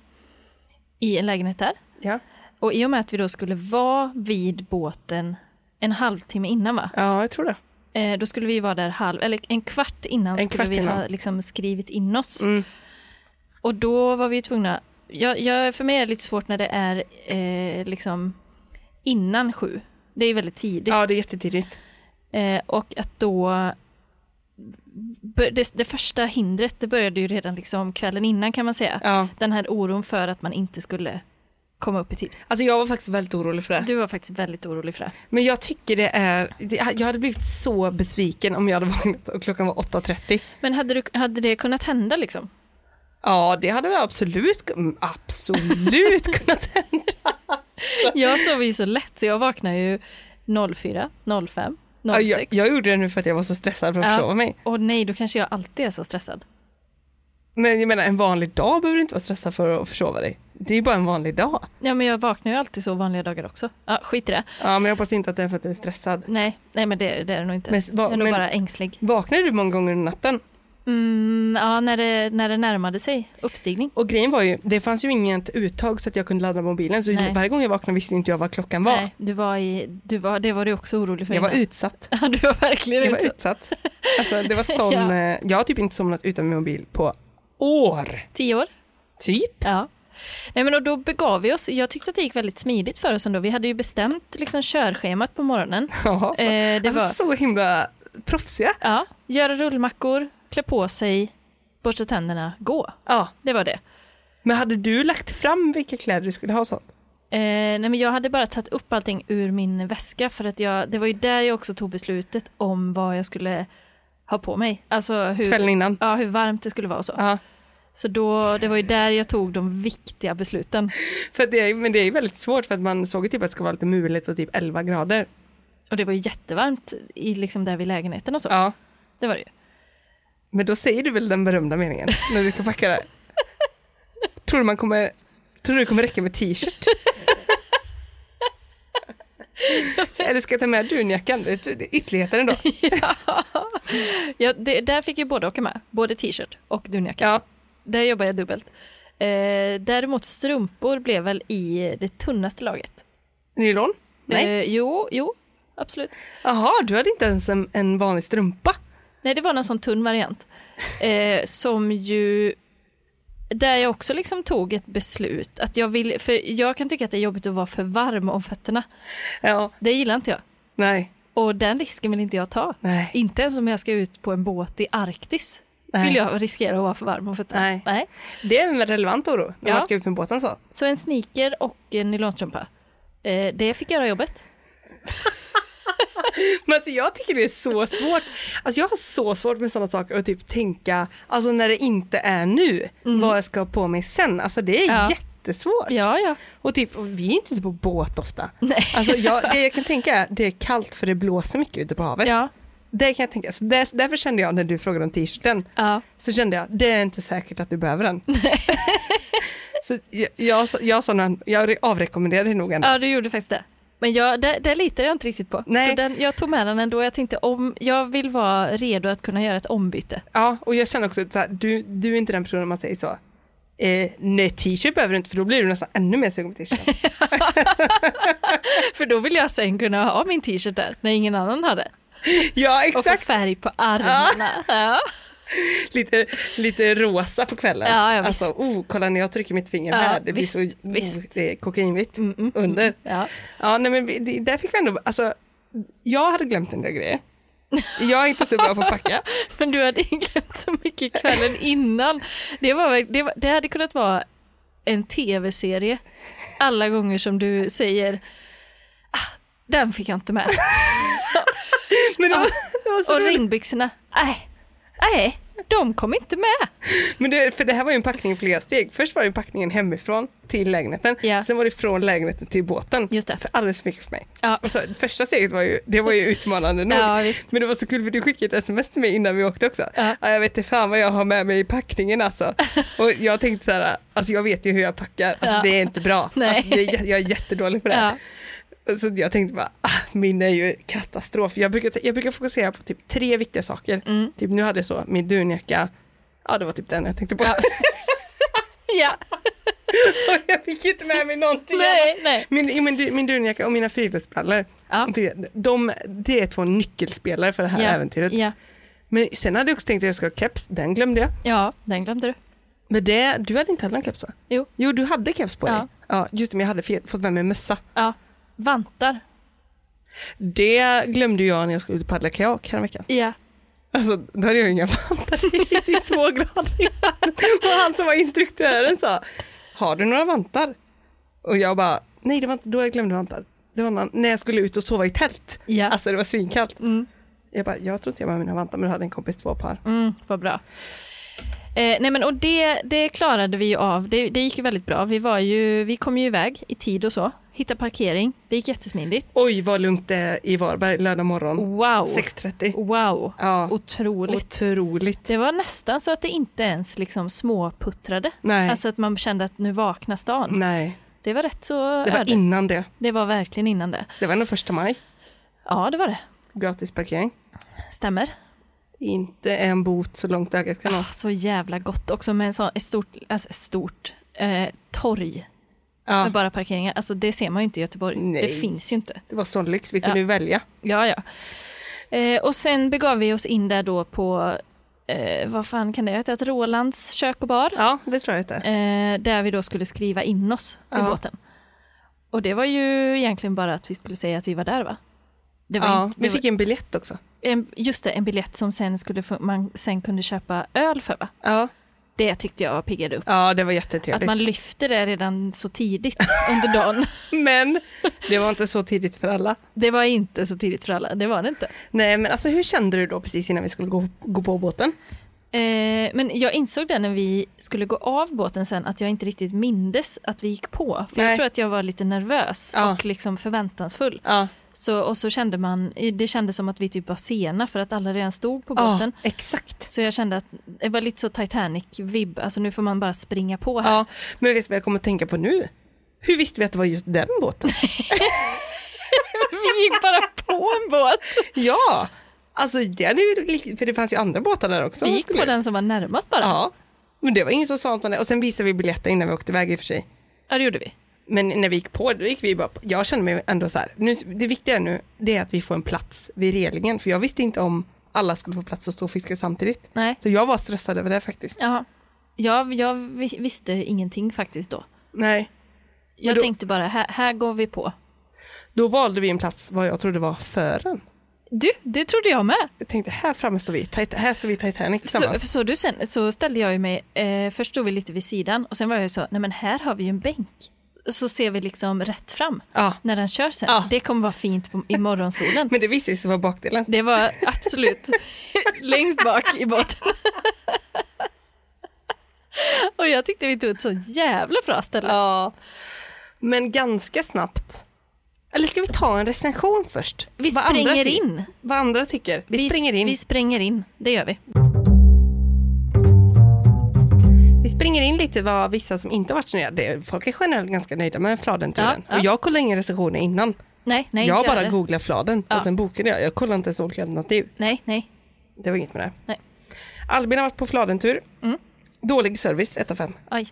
[SPEAKER 1] i en lägenhet där.
[SPEAKER 2] Ja,
[SPEAKER 1] Och i och med att vi då skulle vara vid båten en halvtimme innan va?
[SPEAKER 2] ja jag tror det.
[SPEAKER 1] Eh, då skulle vi vara där halv, eller en kvart innan
[SPEAKER 2] En
[SPEAKER 1] skulle
[SPEAKER 2] kvart
[SPEAKER 1] vi ha
[SPEAKER 2] innan.
[SPEAKER 1] liksom skrivit in oss.
[SPEAKER 2] Mm.
[SPEAKER 1] Och då var vi ju tvungna, jag, jag, för mig är det lite svårt när det är eh, liksom innan sju. Det är väldigt tidigt.
[SPEAKER 2] Ja det är jättetidigt.
[SPEAKER 1] Eh, och att då, bör- det, det första hindret det började ju redan liksom kvällen innan kan man säga.
[SPEAKER 2] Ja.
[SPEAKER 1] Den här oron för att man inte skulle komma upp i tid.
[SPEAKER 2] Alltså jag var faktiskt väldigt orolig för det.
[SPEAKER 1] Du var faktiskt väldigt orolig för det.
[SPEAKER 2] Men jag tycker det är, det, jag hade blivit så besviken om jag hade vaknat och klockan var 8.30.
[SPEAKER 1] Men hade, du, hade det kunnat hända liksom?
[SPEAKER 2] Ja det hade väl absolut, mm, absolut kunnat hända.
[SPEAKER 1] Jag sov ju så lätt så jag vaknade ju 04, 05, 06.
[SPEAKER 2] Ja, jag, jag gjorde det nu för att jag var så stressad för att
[SPEAKER 1] Ja.
[SPEAKER 2] försova mig.
[SPEAKER 1] Och nej, då kanske jag alltid är så stressad.
[SPEAKER 2] Men jag menar en vanlig dag behöver du inte vara stressad för att försova dig. Det är bara en vanlig dag.
[SPEAKER 1] Ja, men jag vaknar ju alltid så vanliga dagar också. Ja, skit i det.
[SPEAKER 2] Ja men jag hoppas inte att det är för att du är stressad.
[SPEAKER 1] Nej, nej men det, det är det nog inte.
[SPEAKER 2] Men s- va-
[SPEAKER 1] jag är nog
[SPEAKER 2] men-
[SPEAKER 1] bara ängslig.
[SPEAKER 2] Vaknade du många gånger under natten?
[SPEAKER 1] Mm, ja, när det, när det närmade sig uppstigning.
[SPEAKER 2] Och grejen var ju, det fanns ju inget uttag så att jag kunde ladda mobilen så
[SPEAKER 1] Nej.
[SPEAKER 2] varje gång jag vaknade visste inte jag vad klockan var.
[SPEAKER 1] Nej, du var i, du var, det var du också orolig för.
[SPEAKER 2] Jag var
[SPEAKER 1] innan.
[SPEAKER 2] utsatt.
[SPEAKER 1] Ja, du var verkligen
[SPEAKER 2] Jag var
[SPEAKER 1] utsatt.
[SPEAKER 2] utsatt. Alltså det var sån,
[SPEAKER 1] Ja.
[SPEAKER 2] eh, jag har typ inte somnat utan min mobil på år.
[SPEAKER 1] Tio år.
[SPEAKER 2] Typ.
[SPEAKER 1] Ja. Nej, men och då begav vi oss. Jag tyckte att det gick väldigt smidigt för oss ändå. Vi hade ju bestämt liksom, körschemat på morgonen.
[SPEAKER 2] Ja.
[SPEAKER 1] Eh, det
[SPEAKER 2] alltså
[SPEAKER 1] var...
[SPEAKER 2] så himla proffsiga.
[SPEAKER 1] Ja, göra rullmackor, klä på sig, borsta tänderna, gå.
[SPEAKER 2] Ja.
[SPEAKER 1] Det var det.
[SPEAKER 2] Men hade du lagt fram vilka kläder du skulle ha och sånt?
[SPEAKER 1] Eh, nej men jag hade bara tagit upp allting ur min väska för att jag, det var ju där jag också tog beslutet om vad jag skulle ha på mig. Alltså hur,
[SPEAKER 2] Kvällen innan?
[SPEAKER 1] ja, hur varmt det skulle vara och så.
[SPEAKER 2] Ja.
[SPEAKER 1] Så då, det var ju där jag tog de viktiga besluten.
[SPEAKER 2] För att det är, men det är väldigt svårt för att man såg ju typ att det ska vara lite mulet och typ 11 grader.
[SPEAKER 1] Och det var ju jättevarmt i, liksom där vid lägenheten och så.
[SPEAKER 2] Ja.
[SPEAKER 1] Det var det ju.
[SPEAKER 2] Men då säger du väl den berömda meningen när du ska packa det? tror du man kommer, tror du det kommer räcka med t-shirt? Eller ska jag ta med dunjackan? Det är Ytterligheter ändå.
[SPEAKER 1] Ja, det, där fick ju både åka med, både t-shirt och dunjacka.
[SPEAKER 2] Ja,
[SPEAKER 1] där jobbar jag dubbelt. Eh, däremot strumpor blev väl i det tunnaste laget.
[SPEAKER 2] Nylon? Nej.
[SPEAKER 1] Eh, jo, jo, absolut.
[SPEAKER 2] Jaha, du hade inte ens en, en vanlig strumpa.
[SPEAKER 1] Nej, det var någon sån tunn variant. Eh, som ju... Där jag också liksom tog ett beslut. Att jag, vill, för jag kan tycka att det är jobbigt att vara för varm om fötterna.
[SPEAKER 2] Ja,
[SPEAKER 1] Det gillar inte jag.
[SPEAKER 2] nej,
[SPEAKER 1] Och den risken vill inte jag ta.
[SPEAKER 2] nej.
[SPEAKER 1] Inte ens om jag ska ut på en båt i Arktis.
[SPEAKER 2] Nej.
[SPEAKER 1] Vill jag riskera att vara för varm om fötterna.
[SPEAKER 2] Nej. Det är en relevant oro när
[SPEAKER 1] Ja.
[SPEAKER 2] man ska ut med båten så.
[SPEAKER 1] Så en sneaker och en nylonstrumpa. Eh, det fick göra jobbet.
[SPEAKER 2] Men alltså jag tycker det är så svårt. Alltså jag har så svårt med sådana saker och typ tänka, alltså när det inte är nu, vad jag ska ha på mig sen. Alltså det är
[SPEAKER 1] Ja.
[SPEAKER 2] jättesvårt.
[SPEAKER 1] Ja, ja.
[SPEAKER 2] Och typ, och vi är inte ute på båt ofta.
[SPEAKER 1] Nej.
[SPEAKER 2] Alltså jag, det jag kan tänka är, det är kallt för det blåser mycket ute på havet.
[SPEAKER 1] Ja,
[SPEAKER 2] Det kan jag tänka. Så där, därför kände jag när du frågade om t-shirten,
[SPEAKER 1] ja.
[SPEAKER 2] så kände jag, det är inte säkert att du behöver den. så jag, jag, sa- jag, sa nog en- jag avrekommenderade nog ändå.
[SPEAKER 1] ja, du gjorde faktiskt det. Men jag, det, det litar jag inte riktigt på.
[SPEAKER 2] Nej.
[SPEAKER 1] Så den, jag tog med den ändå. Jag tänkte om, jag vill vara redo att kunna göra ett ombyte.
[SPEAKER 2] Ja, och jag känner också att du, du är inte den personen man säger så. Eh, nej, t-shirt behöver du inte för då blir du nästan ännu mer sugen på t-shirt.
[SPEAKER 1] För då vill jag sen kunna ha min t-shirt där när ingen annan har det.
[SPEAKER 2] ja,
[SPEAKER 1] Och få
[SPEAKER 2] exakt.
[SPEAKER 1] färg på armarna. Ja.
[SPEAKER 2] Lite, lite rosa på kvällen.
[SPEAKER 1] Ja, ja,
[SPEAKER 2] alltså,
[SPEAKER 1] visst.
[SPEAKER 2] oh, kolla när jag trycker mitt finger
[SPEAKER 1] Ja,
[SPEAKER 2] här, det blir
[SPEAKER 1] visst,
[SPEAKER 2] så oh,
[SPEAKER 1] visst.
[SPEAKER 2] det är kokainvitt
[SPEAKER 1] Mm, mm,
[SPEAKER 2] under.
[SPEAKER 1] Ja.
[SPEAKER 2] Ja, nej, men vi- det, där fick vi ändå, alltså, jag hade glömt en del grejer. Jag är inte så bra på att packa.
[SPEAKER 1] Men du hade ju glömt så mycket kvällen innan. Det, var, väl- det, var, det hade kunnat vara en tv-serie alla gånger som du säger ah, den fick jag inte med.
[SPEAKER 2] Men det var, det var så
[SPEAKER 1] Och
[SPEAKER 2] roligt.
[SPEAKER 1] ringbyxorna, nej, nej, de kom inte med.
[SPEAKER 2] Men det, för det här var ju en packning i flera steg. Först var det packningen hemifrån till lägenheten.
[SPEAKER 1] Ja.
[SPEAKER 2] Sen var det från lägenheten till båten.
[SPEAKER 1] Just det.
[SPEAKER 2] För alldeles för mycket för mig.
[SPEAKER 1] Ja.
[SPEAKER 2] Alltså, första steget var ju, det var ju utmanande nog.
[SPEAKER 1] Ja, visst.
[SPEAKER 2] Men det var så kul för du skickade ett sms till mig innan vi åkte också.
[SPEAKER 1] Ja.
[SPEAKER 2] jag vet inte fan vad jag har med mig i packningen alltså. Och jag tänkte så här, alltså jag vet ju hur jag packar, alltså
[SPEAKER 1] Ja.
[SPEAKER 2] det är inte bra.
[SPEAKER 1] Nej.
[SPEAKER 2] Alltså, det är, jä- jag är jättedålig på det.
[SPEAKER 1] Ja.
[SPEAKER 2] Så jag tänkte bara, ah, min är ju katastrof. Jag brukar, jag brukar fokusera på typ tre viktiga saker.
[SPEAKER 1] Mm.
[SPEAKER 2] Typ nu hade jag så, min dunjacka, ja det var typ den jag tänkte på.
[SPEAKER 1] Ja. Ja,
[SPEAKER 2] Och jag fick inte med mig någonting.
[SPEAKER 1] nej, nej.
[SPEAKER 2] Min, min, min dunjacka och mina friluftsbrallor,
[SPEAKER 1] Ja.
[SPEAKER 2] det, de, det är två nyckelspelare för det här
[SPEAKER 1] Ja.
[SPEAKER 2] äventyret.
[SPEAKER 1] Ja.
[SPEAKER 2] Men sen hade jag också tänkt att jag ska ha keps, den glömde jag.
[SPEAKER 1] ja, den glömde du.
[SPEAKER 2] Men det, du hade inte heller en keps va?
[SPEAKER 1] Jo,
[SPEAKER 2] Jo, du hade keps på dig. Ja,
[SPEAKER 1] Ja.
[SPEAKER 2] just det, men jag hade fe- fått med mig mössa.
[SPEAKER 1] ja. Vantar.
[SPEAKER 2] Det glömde jag när jag skulle ut och paddla kajak veckan.
[SPEAKER 1] Ja.
[SPEAKER 2] Alltså, då hade jag ju inga vantar. Det är två grader i vattnet. Och han som var instruktören sa, har du några vantar? Och jag bara, nej det var inte då jag glömde vantar. Det var någon, när jag skulle ut och sova i tält.
[SPEAKER 1] Ja.
[SPEAKER 2] Alltså det var svinkallt.
[SPEAKER 1] Mm.
[SPEAKER 2] Jag bara, jag tror inte jag var med mina vantar men då hade en kompis två par.
[SPEAKER 1] Mm, vad bra. Eh, nej men, och det, det klarade vi ju av. Det, det gick ju väldigt bra. Vi, var ju, vi kom ju iväg i tid och så. Hittade parkering. Det gick jättesmidigt.
[SPEAKER 2] Oj vad lugnt det är i Varberg lördag morgon.
[SPEAKER 1] Wow.
[SPEAKER 2] 6.30.
[SPEAKER 1] Wow.
[SPEAKER 2] Ja.
[SPEAKER 1] Oh. Otroligt.
[SPEAKER 2] Otroligt.
[SPEAKER 1] Det var nästan så att det inte ens liksom småputtrade.
[SPEAKER 2] Nej.
[SPEAKER 1] Alltså att man kände att nu vaknar stan.
[SPEAKER 2] Nej,
[SPEAKER 1] Mm. Det var rätt så
[SPEAKER 2] det var
[SPEAKER 1] öde.
[SPEAKER 2] innan det.
[SPEAKER 1] det var verkligen innan det.
[SPEAKER 2] Det var ändå första maj.
[SPEAKER 1] Ja, det var det.
[SPEAKER 2] Gratis parkering.
[SPEAKER 1] Stämmer.
[SPEAKER 2] Inte en bot så långt ögat kan nå.
[SPEAKER 1] Så jävla gott också med en sån, ett stort, alltså ett stort eh, torg
[SPEAKER 2] Ja,
[SPEAKER 1] med bara parkeringar. Alltså det ser man ju inte i Göteborg. Det
[SPEAKER 2] Nej.
[SPEAKER 1] finns ju inte.
[SPEAKER 2] det var sån lyx. Vi kunde ju välja.
[SPEAKER 1] Ja, ja. Eh, och sen begav vi oss in där då på, eh, vad fan kan det heta, Ett Rolands kök och bar.
[SPEAKER 2] Ja, det tror jag inte.
[SPEAKER 1] Eh, där vi då skulle skriva in oss till
[SPEAKER 2] Ja.
[SPEAKER 1] båten. Och det var ju egentligen bara att vi skulle säga att vi var där va? Det var
[SPEAKER 2] Ja,
[SPEAKER 1] inte, det
[SPEAKER 2] vi fick en biljett också.
[SPEAKER 1] var, en, just det, en biljett som sen skulle få, man sen kunde köpa öl för va?
[SPEAKER 2] Ja,
[SPEAKER 1] Det tyckte jag piggade upp.
[SPEAKER 2] ja det var
[SPEAKER 1] Att
[SPEAKER 2] jättetrevligt.
[SPEAKER 1] man lyfte det redan så tidigt under dagen.
[SPEAKER 2] Men det var inte så tidigt för alla.
[SPEAKER 1] Det var inte så tidigt för alla, det var det inte.
[SPEAKER 2] Nej, men alltså hur kände du då precis innan vi skulle gå, gå på båten?
[SPEAKER 1] Eh, men jag insåg det när vi skulle gå av båten sen att jag inte riktigt mindes att vi gick på. För
[SPEAKER 2] Nej.
[SPEAKER 1] jag tror att jag var lite nervös
[SPEAKER 2] Ja.
[SPEAKER 1] och liksom förväntansfull.
[SPEAKER 2] Ja,
[SPEAKER 1] Så, och så kände man, det kändes som att vi typ var sena för att alla redan stod på båten.
[SPEAKER 2] ja exakt.
[SPEAKER 1] Så jag kände att det var lite så Titanic-vibb, alltså nu får man bara springa på här.
[SPEAKER 2] Ja, men vet du vad jag kommer att tänka på nu? Hur visste vi att det var just den båten?
[SPEAKER 1] Vi gick bara på en båt.
[SPEAKER 2] ja, alltså det, hade ju, för det fanns ju andra båtar där också.
[SPEAKER 1] Vi
[SPEAKER 2] som
[SPEAKER 1] gick
[SPEAKER 2] skulle-
[SPEAKER 1] på den som var närmast bara.
[SPEAKER 2] Ja, Men det var ingen som sa något om det. Och sen visade vi biljetter innan vi åkte iväg i och för sig.
[SPEAKER 1] Ja, det gjorde vi.
[SPEAKER 2] Men när vi gick på, då gick vi bara, jag kände mig ändå så här, nu, det viktiga nu, det är att vi får en plats vid relingen, för jag visste inte om alla skulle få plats och stå och fiska samtidigt.
[SPEAKER 1] Nej.
[SPEAKER 2] Så jag var stressad över det faktiskt.
[SPEAKER 1] Jaha. Jag, jag vi- visste ingenting faktiskt då.
[SPEAKER 2] Nej.
[SPEAKER 1] Jag
[SPEAKER 2] då-
[SPEAKER 1] tänkte bara, här, här går vi på.
[SPEAKER 2] Då valde vi en plats, vad jag trodde var fören.
[SPEAKER 1] Du, det trodde jag med.
[SPEAKER 2] Jag tänkte, här framme står vi, Tit- här står vi i Titanic
[SPEAKER 1] Så,
[SPEAKER 2] tillsammans.
[SPEAKER 1] så, du sen, så ställde jag ju mig, eh, först stod vi lite vid sidan och sen var jag ju så, nej men här har vi ju en bänk. Så ser vi liksom rätt fram
[SPEAKER 2] Ja,
[SPEAKER 1] när den kör sen.
[SPEAKER 2] Ja.
[SPEAKER 1] Det kommer vara fint på, i morgonsolen.
[SPEAKER 2] men det visade sig vara bakdelen.
[SPEAKER 1] Det var absolut längst bak i båten. och jag tyckte vi tog ett så jävla bra ställe.
[SPEAKER 2] Ja. Men ganska snabbt. Eller ska vi ta en recension först?
[SPEAKER 1] Vi
[SPEAKER 2] Vad andra
[SPEAKER 1] spränger
[SPEAKER 2] ty-
[SPEAKER 1] in.
[SPEAKER 2] Vad andra tycker. Vi, springer in.
[SPEAKER 1] Vi spränger in, det gör vi.
[SPEAKER 2] Vi springer in lite vad vissa som inte har varit så nöjda, det- folk är generellt ganska nöjda med Fladenturen.
[SPEAKER 1] Ja, ja.
[SPEAKER 2] Och jag kollade inga recensioner innan.
[SPEAKER 1] Nej, nej,
[SPEAKER 2] jag
[SPEAKER 1] inte
[SPEAKER 2] bara
[SPEAKER 1] heller.
[SPEAKER 2] googlade Fladen
[SPEAKER 1] Ja.
[SPEAKER 2] och sen bokade jag. Jag kollade inte ens olika alternativ.
[SPEAKER 1] Nej, nej.
[SPEAKER 2] Det var inget med det.
[SPEAKER 1] Nej. Mm.
[SPEAKER 2] Albin har varit på Fladentur. Dålig service, 1 av 5.
[SPEAKER 1] Oj.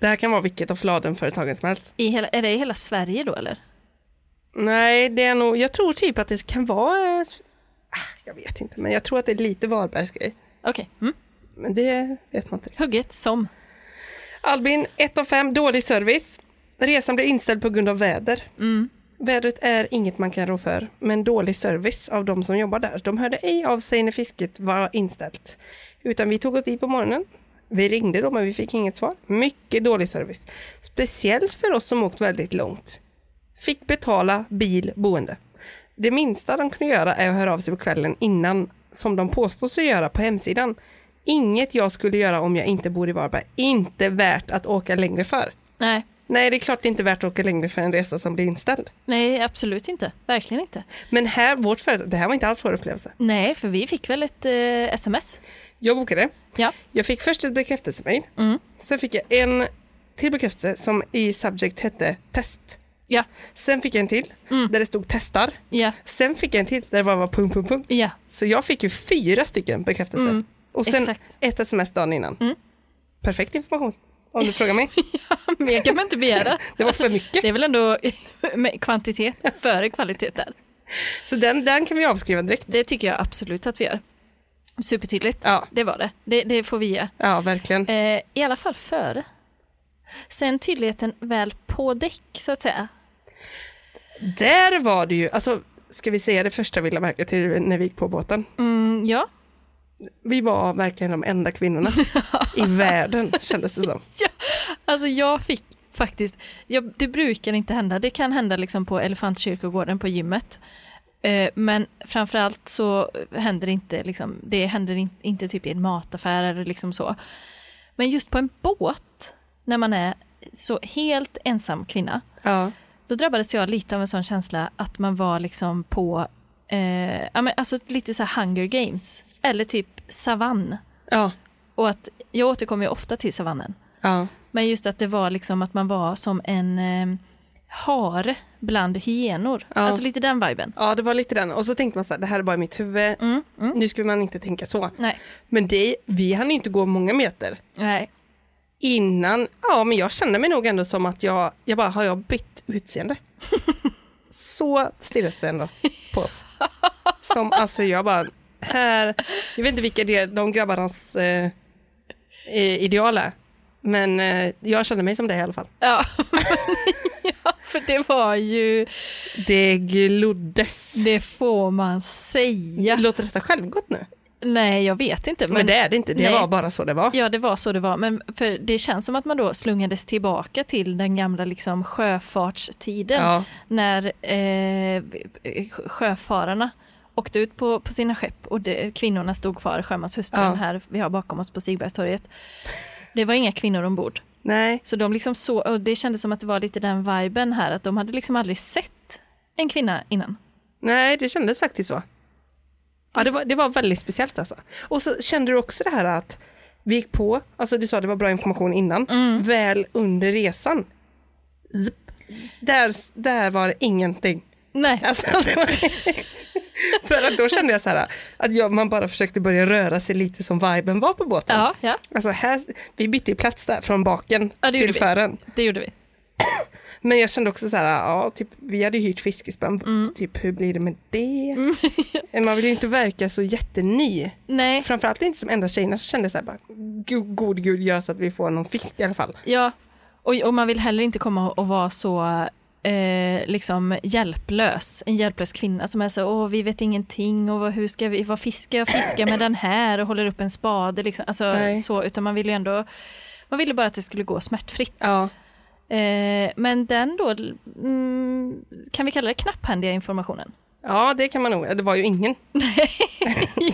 [SPEAKER 2] Det här kan vara vilket av Fladenföretagen som helst.
[SPEAKER 1] I hela, är det i hela Sverige då eller?
[SPEAKER 2] Nej, det är nog, jag tror typ att det kan vara... eh, s- ah, Jag vet inte, men jag tror att det är lite Varbergs grej.
[SPEAKER 1] Okej, mm.
[SPEAKER 2] Men det vet man inte.
[SPEAKER 1] hugget som.
[SPEAKER 2] Albin, 1 av 5, dålig service. Resan blev inställd på grund av väder. Vädret är inget man kan rå för, men dålig service av de som jobbar där. De hörde ej av sig när fisket var inställt, utan vi tog oss dit på morgonen. Vi ringde då, men vi fick inget svar. Mycket dålig service. Speciellt för oss som åkt väldigt långt. Fick betala bil, boende. Det minsta de kunde göra är att höra av sig på kvällen innan, som de påstår sig göra på hemsidan. Inget jag skulle göra om jag inte bor i Varberg. Inte värt att åka längre för.
[SPEAKER 1] Nej,
[SPEAKER 2] Nej, det är klart det är inte värt att åka längre för en resa som blir inställd.
[SPEAKER 1] nej absolut inte. Verkligen inte.
[SPEAKER 2] Men här, vårt företag, det här var inte alls vår upplevelse.
[SPEAKER 1] Nej, för vi fick väl ett eh, sms?
[SPEAKER 2] Jag bokade.
[SPEAKER 1] Ja.
[SPEAKER 2] Jag fick först ett bekräftelsemail.
[SPEAKER 1] Mm.
[SPEAKER 2] Sen fick jag en till bekräftelse som i subject hette test.
[SPEAKER 1] Ja,
[SPEAKER 2] Sen fick jag en till där det stod testar.
[SPEAKER 1] ja,
[SPEAKER 2] Sen fick jag en till där det bara var punkt, punkt, punkt.
[SPEAKER 1] ja.
[SPEAKER 2] Så jag fick ju fyra stycken bekräftelser. Och sen
[SPEAKER 1] Mm. exakt. Mm.
[SPEAKER 2] ett sms dagen innan. Perfekt information, om du frågar mig.
[SPEAKER 1] Mer kan man inte begära.
[SPEAKER 2] Det var för mycket.
[SPEAKER 1] Det är väl ändå med kvantitet före kvalitet där.
[SPEAKER 2] Så den, den kan vi avskriva direkt.
[SPEAKER 1] Det tycker jag absolut att vi gör. Supertydligt.
[SPEAKER 2] Ja,
[SPEAKER 1] Det var det. Det, det får vi ge.
[SPEAKER 2] ja verkligen.
[SPEAKER 1] Eh, I alla fall före. Sen tydligheten väl på däck, så att säga.
[SPEAKER 2] Där var det ju, alltså ska vi säga det första vi lade märke till när vi gick på båten?
[SPEAKER 1] Mm, ja.
[SPEAKER 2] Vi var verkligen de enda kvinnorna i världen kändes det som.
[SPEAKER 1] Alltså jag fick faktiskt, jag, det brukar inte hända, det kan hända liksom på Elefantkyrkogården på gymmet. Eh, men framförallt så händer det inte, liksom, det händer in, inte typ i en mataffär eller liksom så. Men just på en båt, när man är så helt ensam kvinna,
[SPEAKER 2] Ja.
[SPEAKER 1] då drabbades jag lite av en sån känsla att man var liksom på, eh, ja, men alltså lite så här hunger games, eller typ savann.
[SPEAKER 2] Ja.
[SPEAKER 1] Och att jag återkommer ju ofta till savannen.
[SPEAKER 2] Ja.
[SPEAKER 1] Men just att det var liksom att man var som en eh, hare bland hyenor.
[SPEAKER 2] Ja.
[SPEAKER 1] Alltså lite den viben.
[SPEAKER 2] ja, det var lite den. Och så tänkte man så här, det här är bara mitt huvud.
[SPEAKER 1] Mm,
[SPEAKER 2] Nu skulle man inte tänka så.
[SPEAKER 1] Nej.
[SPEAKER 2] Men det, vi hann inte gå många meter
[SPEAKER 1] Nej.
[SPEAKER 2] innan, ja men jag kände mig nog ändå som att jag, jag bara, har jag bytt utseende? så stirras det ändå på oss. Som alltså jag bara, här, jag vet inte vilka det är, de grabbarnas eh, eh, ideal är. Men eh, jag kände mig som det i alla fall.
[SPEAKER 1] Ja. ja, för det var ju,
[SPEAKER 2] Det gloddes.
[SPEAKER 1] det får man säga.
[SPEAKER 2] Låter detta självgott nu?
[SPEAKER 1] Nej, jag vet inte.
[SPEAKER 2] Men,
[SPEAKER 1] Men
[SPEAKER 2] det är det inte, det
[SPEAKER 1] nej.
[SPEAKER 2] var bara så det var.
[SPEAKER 1] Ja, det var så det var. Men för det känns som att man då slungades tillbaka till den gamla liksom sjöfartstiden.
[SPEAKER 2] Ja.
[SPEAKER 1] När eh, sjöfararna åkte ut på, på sina skepp och det, kvinnorna stod kvar, sjömanshustrun
[SPEAKER 2] Ja.
[SPEAKER 1] här vi har bakom oss på Stigbergstorget. Det var inga kvinnor ombord.
[SPEAKER 2] Nej,
[SPEAKER 1] Så de liksom så, och det kändes som att det var lite den viben här, att de hade liksom aldrig sett en kvinna innan.
[SPEAKER 2] nej, det kändes faktiskt så. Ja, det var, det var väldigt speciellt alltså. Och så kände du också det här att vi gick på, alltså du sa det var bra information innan,
[SPEAKER 1] Mm.
[SPEAKER 2] väl under resan. Zip. Där, där var det ingenting.
[SPEAKER 1] Nej,
[SPEAKER 2] Alltså, det var, För att då kände jag så här att jag, man bara försökte börja röra sig lite som viben var på båten.
[SPEAKER 1] Ja, ja,
[SPEAKER 2] Alltså här, vi bytte ju plats där från baken
[SPEAKER 1] Ja, det gjorde
[SPEAKER 2] till
[SPEAKER 1] vi.
[SPEAKER 2] fören.
[SPEAKER 1] det gjorde vi.
[SPEAKER 2] Men jag kände också så här, ja, typ, vi hade ju hyrt fiskespön, typ hur blir det med det? Man vill ju inte verka så jätteny.
[SPEAKER 1] Nej,
[SPEAKER 2] Framförallt inte som enda tjejerna så kände jag så här, bara, go- god gud gör så att vi får någon fisk i alla fall.
[SPEAKER 1] ja. Och, och man vill heller inte komma och- och vara så eh, liksom hjälplös. En hjälplös kvinna som är så, åh vi vet ingenting och vad, hur ska vi, vad fiskar jag fiska med den här och håller upp en spade liksom. Alltså
[SPEAKER 2] Nej.
[SPEAKER 1] så, utan man ville ju ändå, man ville bara att det skulle gå smärtfritt.
[SPEAKER 2] Ja.
[SPEAKER 1] Eh, men den då, mm, kan vi kalla det knapphändiga informationen?
[SPEAKER 2] ja, det kan man nog, det var ju ingen.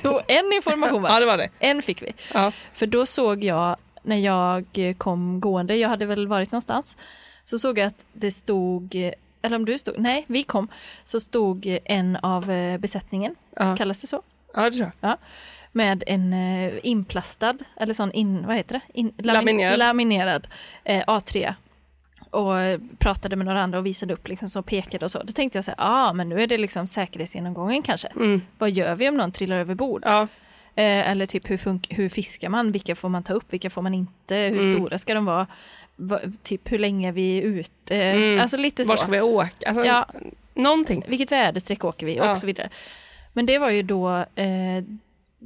[SPEAKER 1] Jo, en information
[SPEAKER 2] Ja,
[SPEAKER 1] va?
[SPEAKER 2] det var det.
[SPEAKER 1] En fick vi.
[SPEAKER 2] Ja.
[SPEAKER 1] För då såg jag, när jag kom gående, jag hade väl varit någonstans, så såg jag att det stod, eller om du stod, nej, vi kom, så stod en av eh, besättningen,
[SPEAKER 2] Ja.
[SPEAKER 1] kallas det så,
[SPEAKER 2] Ja, det tror jag.
[SPEAKER 1] ja, med en eh, inplastad, eller sån, in, vad heter det? In, lamin-
[SPEAKER 2] Laminerad.
[SPEAKER 1] laminerad eh, A3 och eh, pratade med några andra och visade upp liksom så pekade och så. Då tänkte jag så här, ja ah, men nu är det liksom säkerhetsgenomgången kanske.
[SPEAKER 2] Mm.
[SPEAKER 1] Vad gör vi om någon trillar över bord?
[SPEAKER 2] Ja.
[SPEAKER 1] Eh, eller typ hur, fun- hur fiskar man? Vilka får man ta upp? Vilka får man inte? Hur
[SPEAKER 2] Mm.
[SPEAKER 1] stora ska de vara? Va- typ hur länge är vi ute? Alltså lite så.
[SPEAKER 2] Mm. Var ska vi åka? Alltså,
[SPEAKER 1] Ja.
[SPEAKER 2] Någonting.
[SPEAKER 1] Vilket väderstreck åker vi? Och
[SPEAKER 2] Ja.
[SPEAKER 1] så vidare. Men det var ju då eh,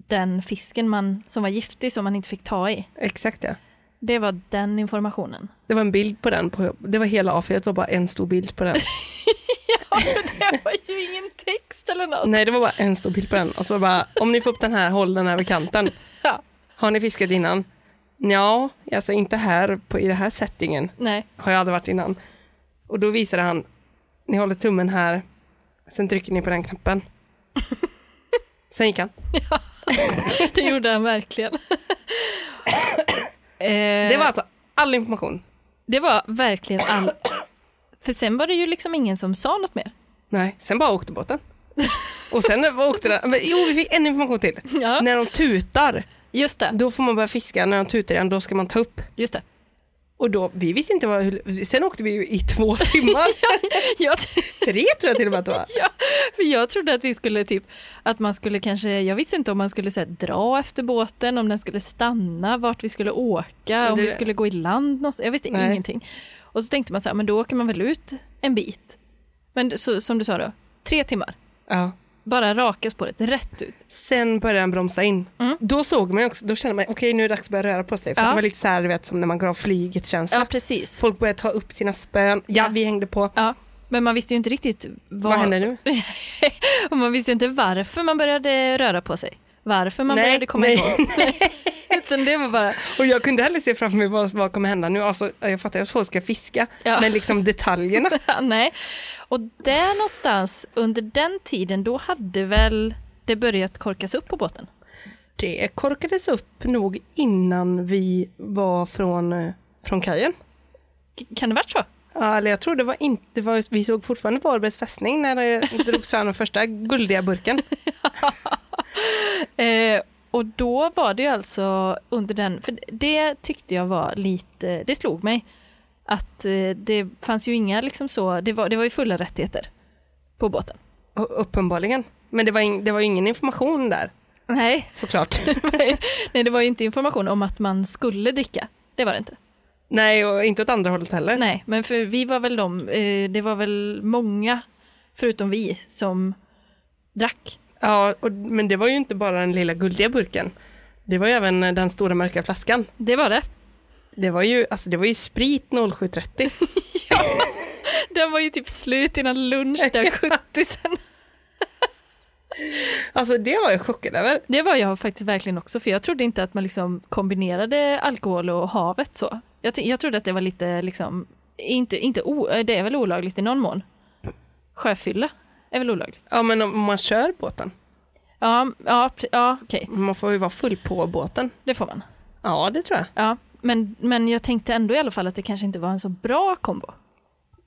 [SPEAKER 1] den fisken man, som var giftig som man inte fick ta i.
[SPEAKER 2] Exakt ja.
[SPEAKER 1] Det var den informationen.
[SPEAKER 2] Det var en bild på den, på, det var hela A4, det var bara en stor bild på den.
[SPEAKER 1] Ja, men det var ju ingen text eller något.
[SPEAKER 2] Nej, det var bara en stor bild på den. Och så bara, om ni får upp den här, håll den över kanten.
[SPEAKER 1] Ja.
[SPEAKER 2] Har ni fiskat innan? Ja, alltså inte här på, i den här settingen.
[SPEAKER 1] Nej.
[SPEAKER 2] Har jag aldrig varit innan. Och då visade han, ni håller tummen här, sen trycker ni på den knappen. Sen gick han.
[SPEAKER 1] Det gjorde han verkligen. Eh,
[SPEAKER 2] Det var alltså all information.
[SPEAKER 1] det var verkligen all... För sen var det ju liksom ingen som sa något mer.
[SPEAKER 2] Nej, sen bara åkte båten. Och sen var- åkte den, men, jo vi fick en information till.
[SPEAKER 1] Ja.
[SPEAKER 2] När de tutar,
[SPEAKER 1] Just det,
[SPEAKER 2] då får man börja fiska, när de tutar igen, då ska man ta upp.
[SPEAKER 1] just det.
[SPEAKER 2] Och då, vi visste inte vad, hur- sen åkte vi ju i två timmar,
[SPEAKER 1] Jag,
[SPEAKER 2] tre tror jag till och med att det var.
[SPEAKER 1] ja, för jag trodde att vi skulle typ, att man skulle kanske, jag visste inte om man skulle så här, dra efter båten, om den skulle stanna, vart vi skulle åka, om
[SPEAKER 2] det-
[SPEAKER 1] vi skulle gå i land någonstans. Jag visste
[SPEAKER 2] Nej.
[SPEAKER 1] ingenting. Och så tänkte man så här, men då åker man väl ut en bit. Men d- så, som du sa då, tre timmar,
[SPEAKER 2] Ja.
[SPEAKER 1] bara raka spåret, rätt ut.
[SPEAKER 2] Sen började han bromsa in. Då såg man ju också, då kände man okej nu är det dags att börja röra på sig. För
[SPEAKER 1] Mm. Ja.
[SPEAKER 2] att det var lite så här, du vet som när man går av flyget känsla.
[SPEAKER 1] precis.
[SPEAKER 2] Folk började ta upp sina spön, ja,
[SPEAKER 1] Ja.
[SPEAKER 2] vi hängde på.
[SPEAKER 1] Ja, men man visste ju inte riktigt vad,
[SPEAKER 2] Vad händer nu?
[SPEAKER 1] och man visste inte varför man började röra på sig. Varför man
[SPEAKER 2] Nej,
[SPEAKER 1] började komma
[SPEAKER 2] nej.
[SPEAKER 1] igång. Utan det var bara,
[SPEAKER 2] Och jag kunde heller se framför mig vad, vad kommer hända nu. Alltså, jag fattar att folk ska fiska,
[SPEAKER 1] Ja.
[SPEAKER 2] men liksom detaljerna.
[SPEAKER 1] Ja, Nej. Och där någonstans under den tiden, då hade väl det börjat korkas upp på båten?
[SPEAKER 2] Det korkades upp nog innan vi var från, eh, från kajen.
[SPEAKER 1] K- Kan det varit så?
[SPEAKER 2] Ja, Eller jag tror det var inte, det var, vi såg fortfarande Varbergs fästning när det drogs fram den första guldiga burken.
[SPEAKER 1] Eh, och då var det ju alltså under den, för det tyckte jag var lite, det slog mig att eh, det fanns ju inga liksom så, det var, det var ju fulla rättigheter på båten.
[SPEAKER 2] U- Uppenbarligen. Men det var, ing, det var ingen information där,
[SPEAKER 1] Nej.
[SPEAKER 2] såklart.
[SPEAKER 1] Nej, det var ju inte information om att man skulle dricka. Det var det inte.
[SPEAKER 2] Nej, och inte åt andra hållet heller.
[SPEAKER 1] Nej, men för vi var väl de, eh, det var väl många, förutom vi, som drack.
[SPEAKER 2] Ja, och, men det var ju inte bara den lilla guldiga burken. Det var ju även eh, den stora mörka flaskan.
[SPEAKER 1] Det var det.
[SPEAKER 2] Det var ju, alltså, det var ju sprit 0730.
[SPEAKER 1] Den var ju typ slut innan lunch där 70 sen.
[SPEAKER 2] Alltså det var jag chockad över.
[SPEAKER 1] Det var jag faktiskt verkligen också, för jag trodde inte att man liksom kombinerade alkohol och havet så. Jag, t- jag trodde att det var lite liksom, inte, inte o, eh, det är väl olagligt i någon mån. Sjöfylla är väl olagligt?
[SPEAKER 2] Ja, men om man kör båten.
[SPEAKER 1] Ja, ja, pr- ja okej,
[SPEAKER 2] Man får ju vara full på båten.
[SPEAKER 1] det får man.
[SPEAKER 2] Ja, det tror jag.
[SPEAKER 1] Ja, men, men jag tänkte ändå i alla fall att det kanske inte var en så bra kombo.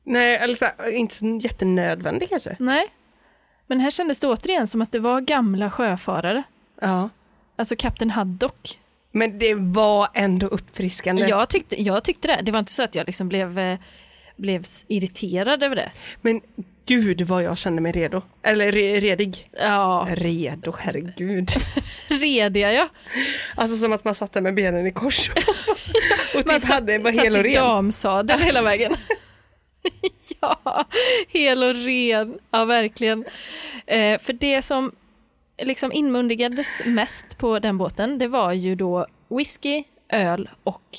[SPEAKER 2] Nej, eller så, här, inte så jättenödvändig kanske.
[SPEAKER 1] Nej. Men här kändes det återigen som att det var gamla sjöfarare.
[SPEAKER 2] Ja.
[SPEAKER 1] Alltså kapten Haddock.
[SPEAKER 2] Men det var ändå uppfriskande.
[SPEAKER 1] Jag tyckte, jag tyckte det. Det var inte så att jag liksom blev, eh, blev s- irriterad över det.
[SPEAKER 2] Men Gud vad jag kände mig redo. Eller re- redig.
[SPEAKER 1] Ja,
[SPEAKER 2] Redo, herregud.
[SPEAKER 1] rediga ja.
[SPEAKER 2] Alltså som att man satt där med benen i kors och, och
[SPEAKER 1] Man
[SPEAKER 2] typ hade bara hel och
[SPEAKER 1] satt i
[SPEAKER 2] ren.
[SPEAKER 1] damsadel hela vägen. ja, hel och ren. Ja, verkligen. Eh, för det som liksom inmundigades mest på den båten, det var ju då whisky, öl och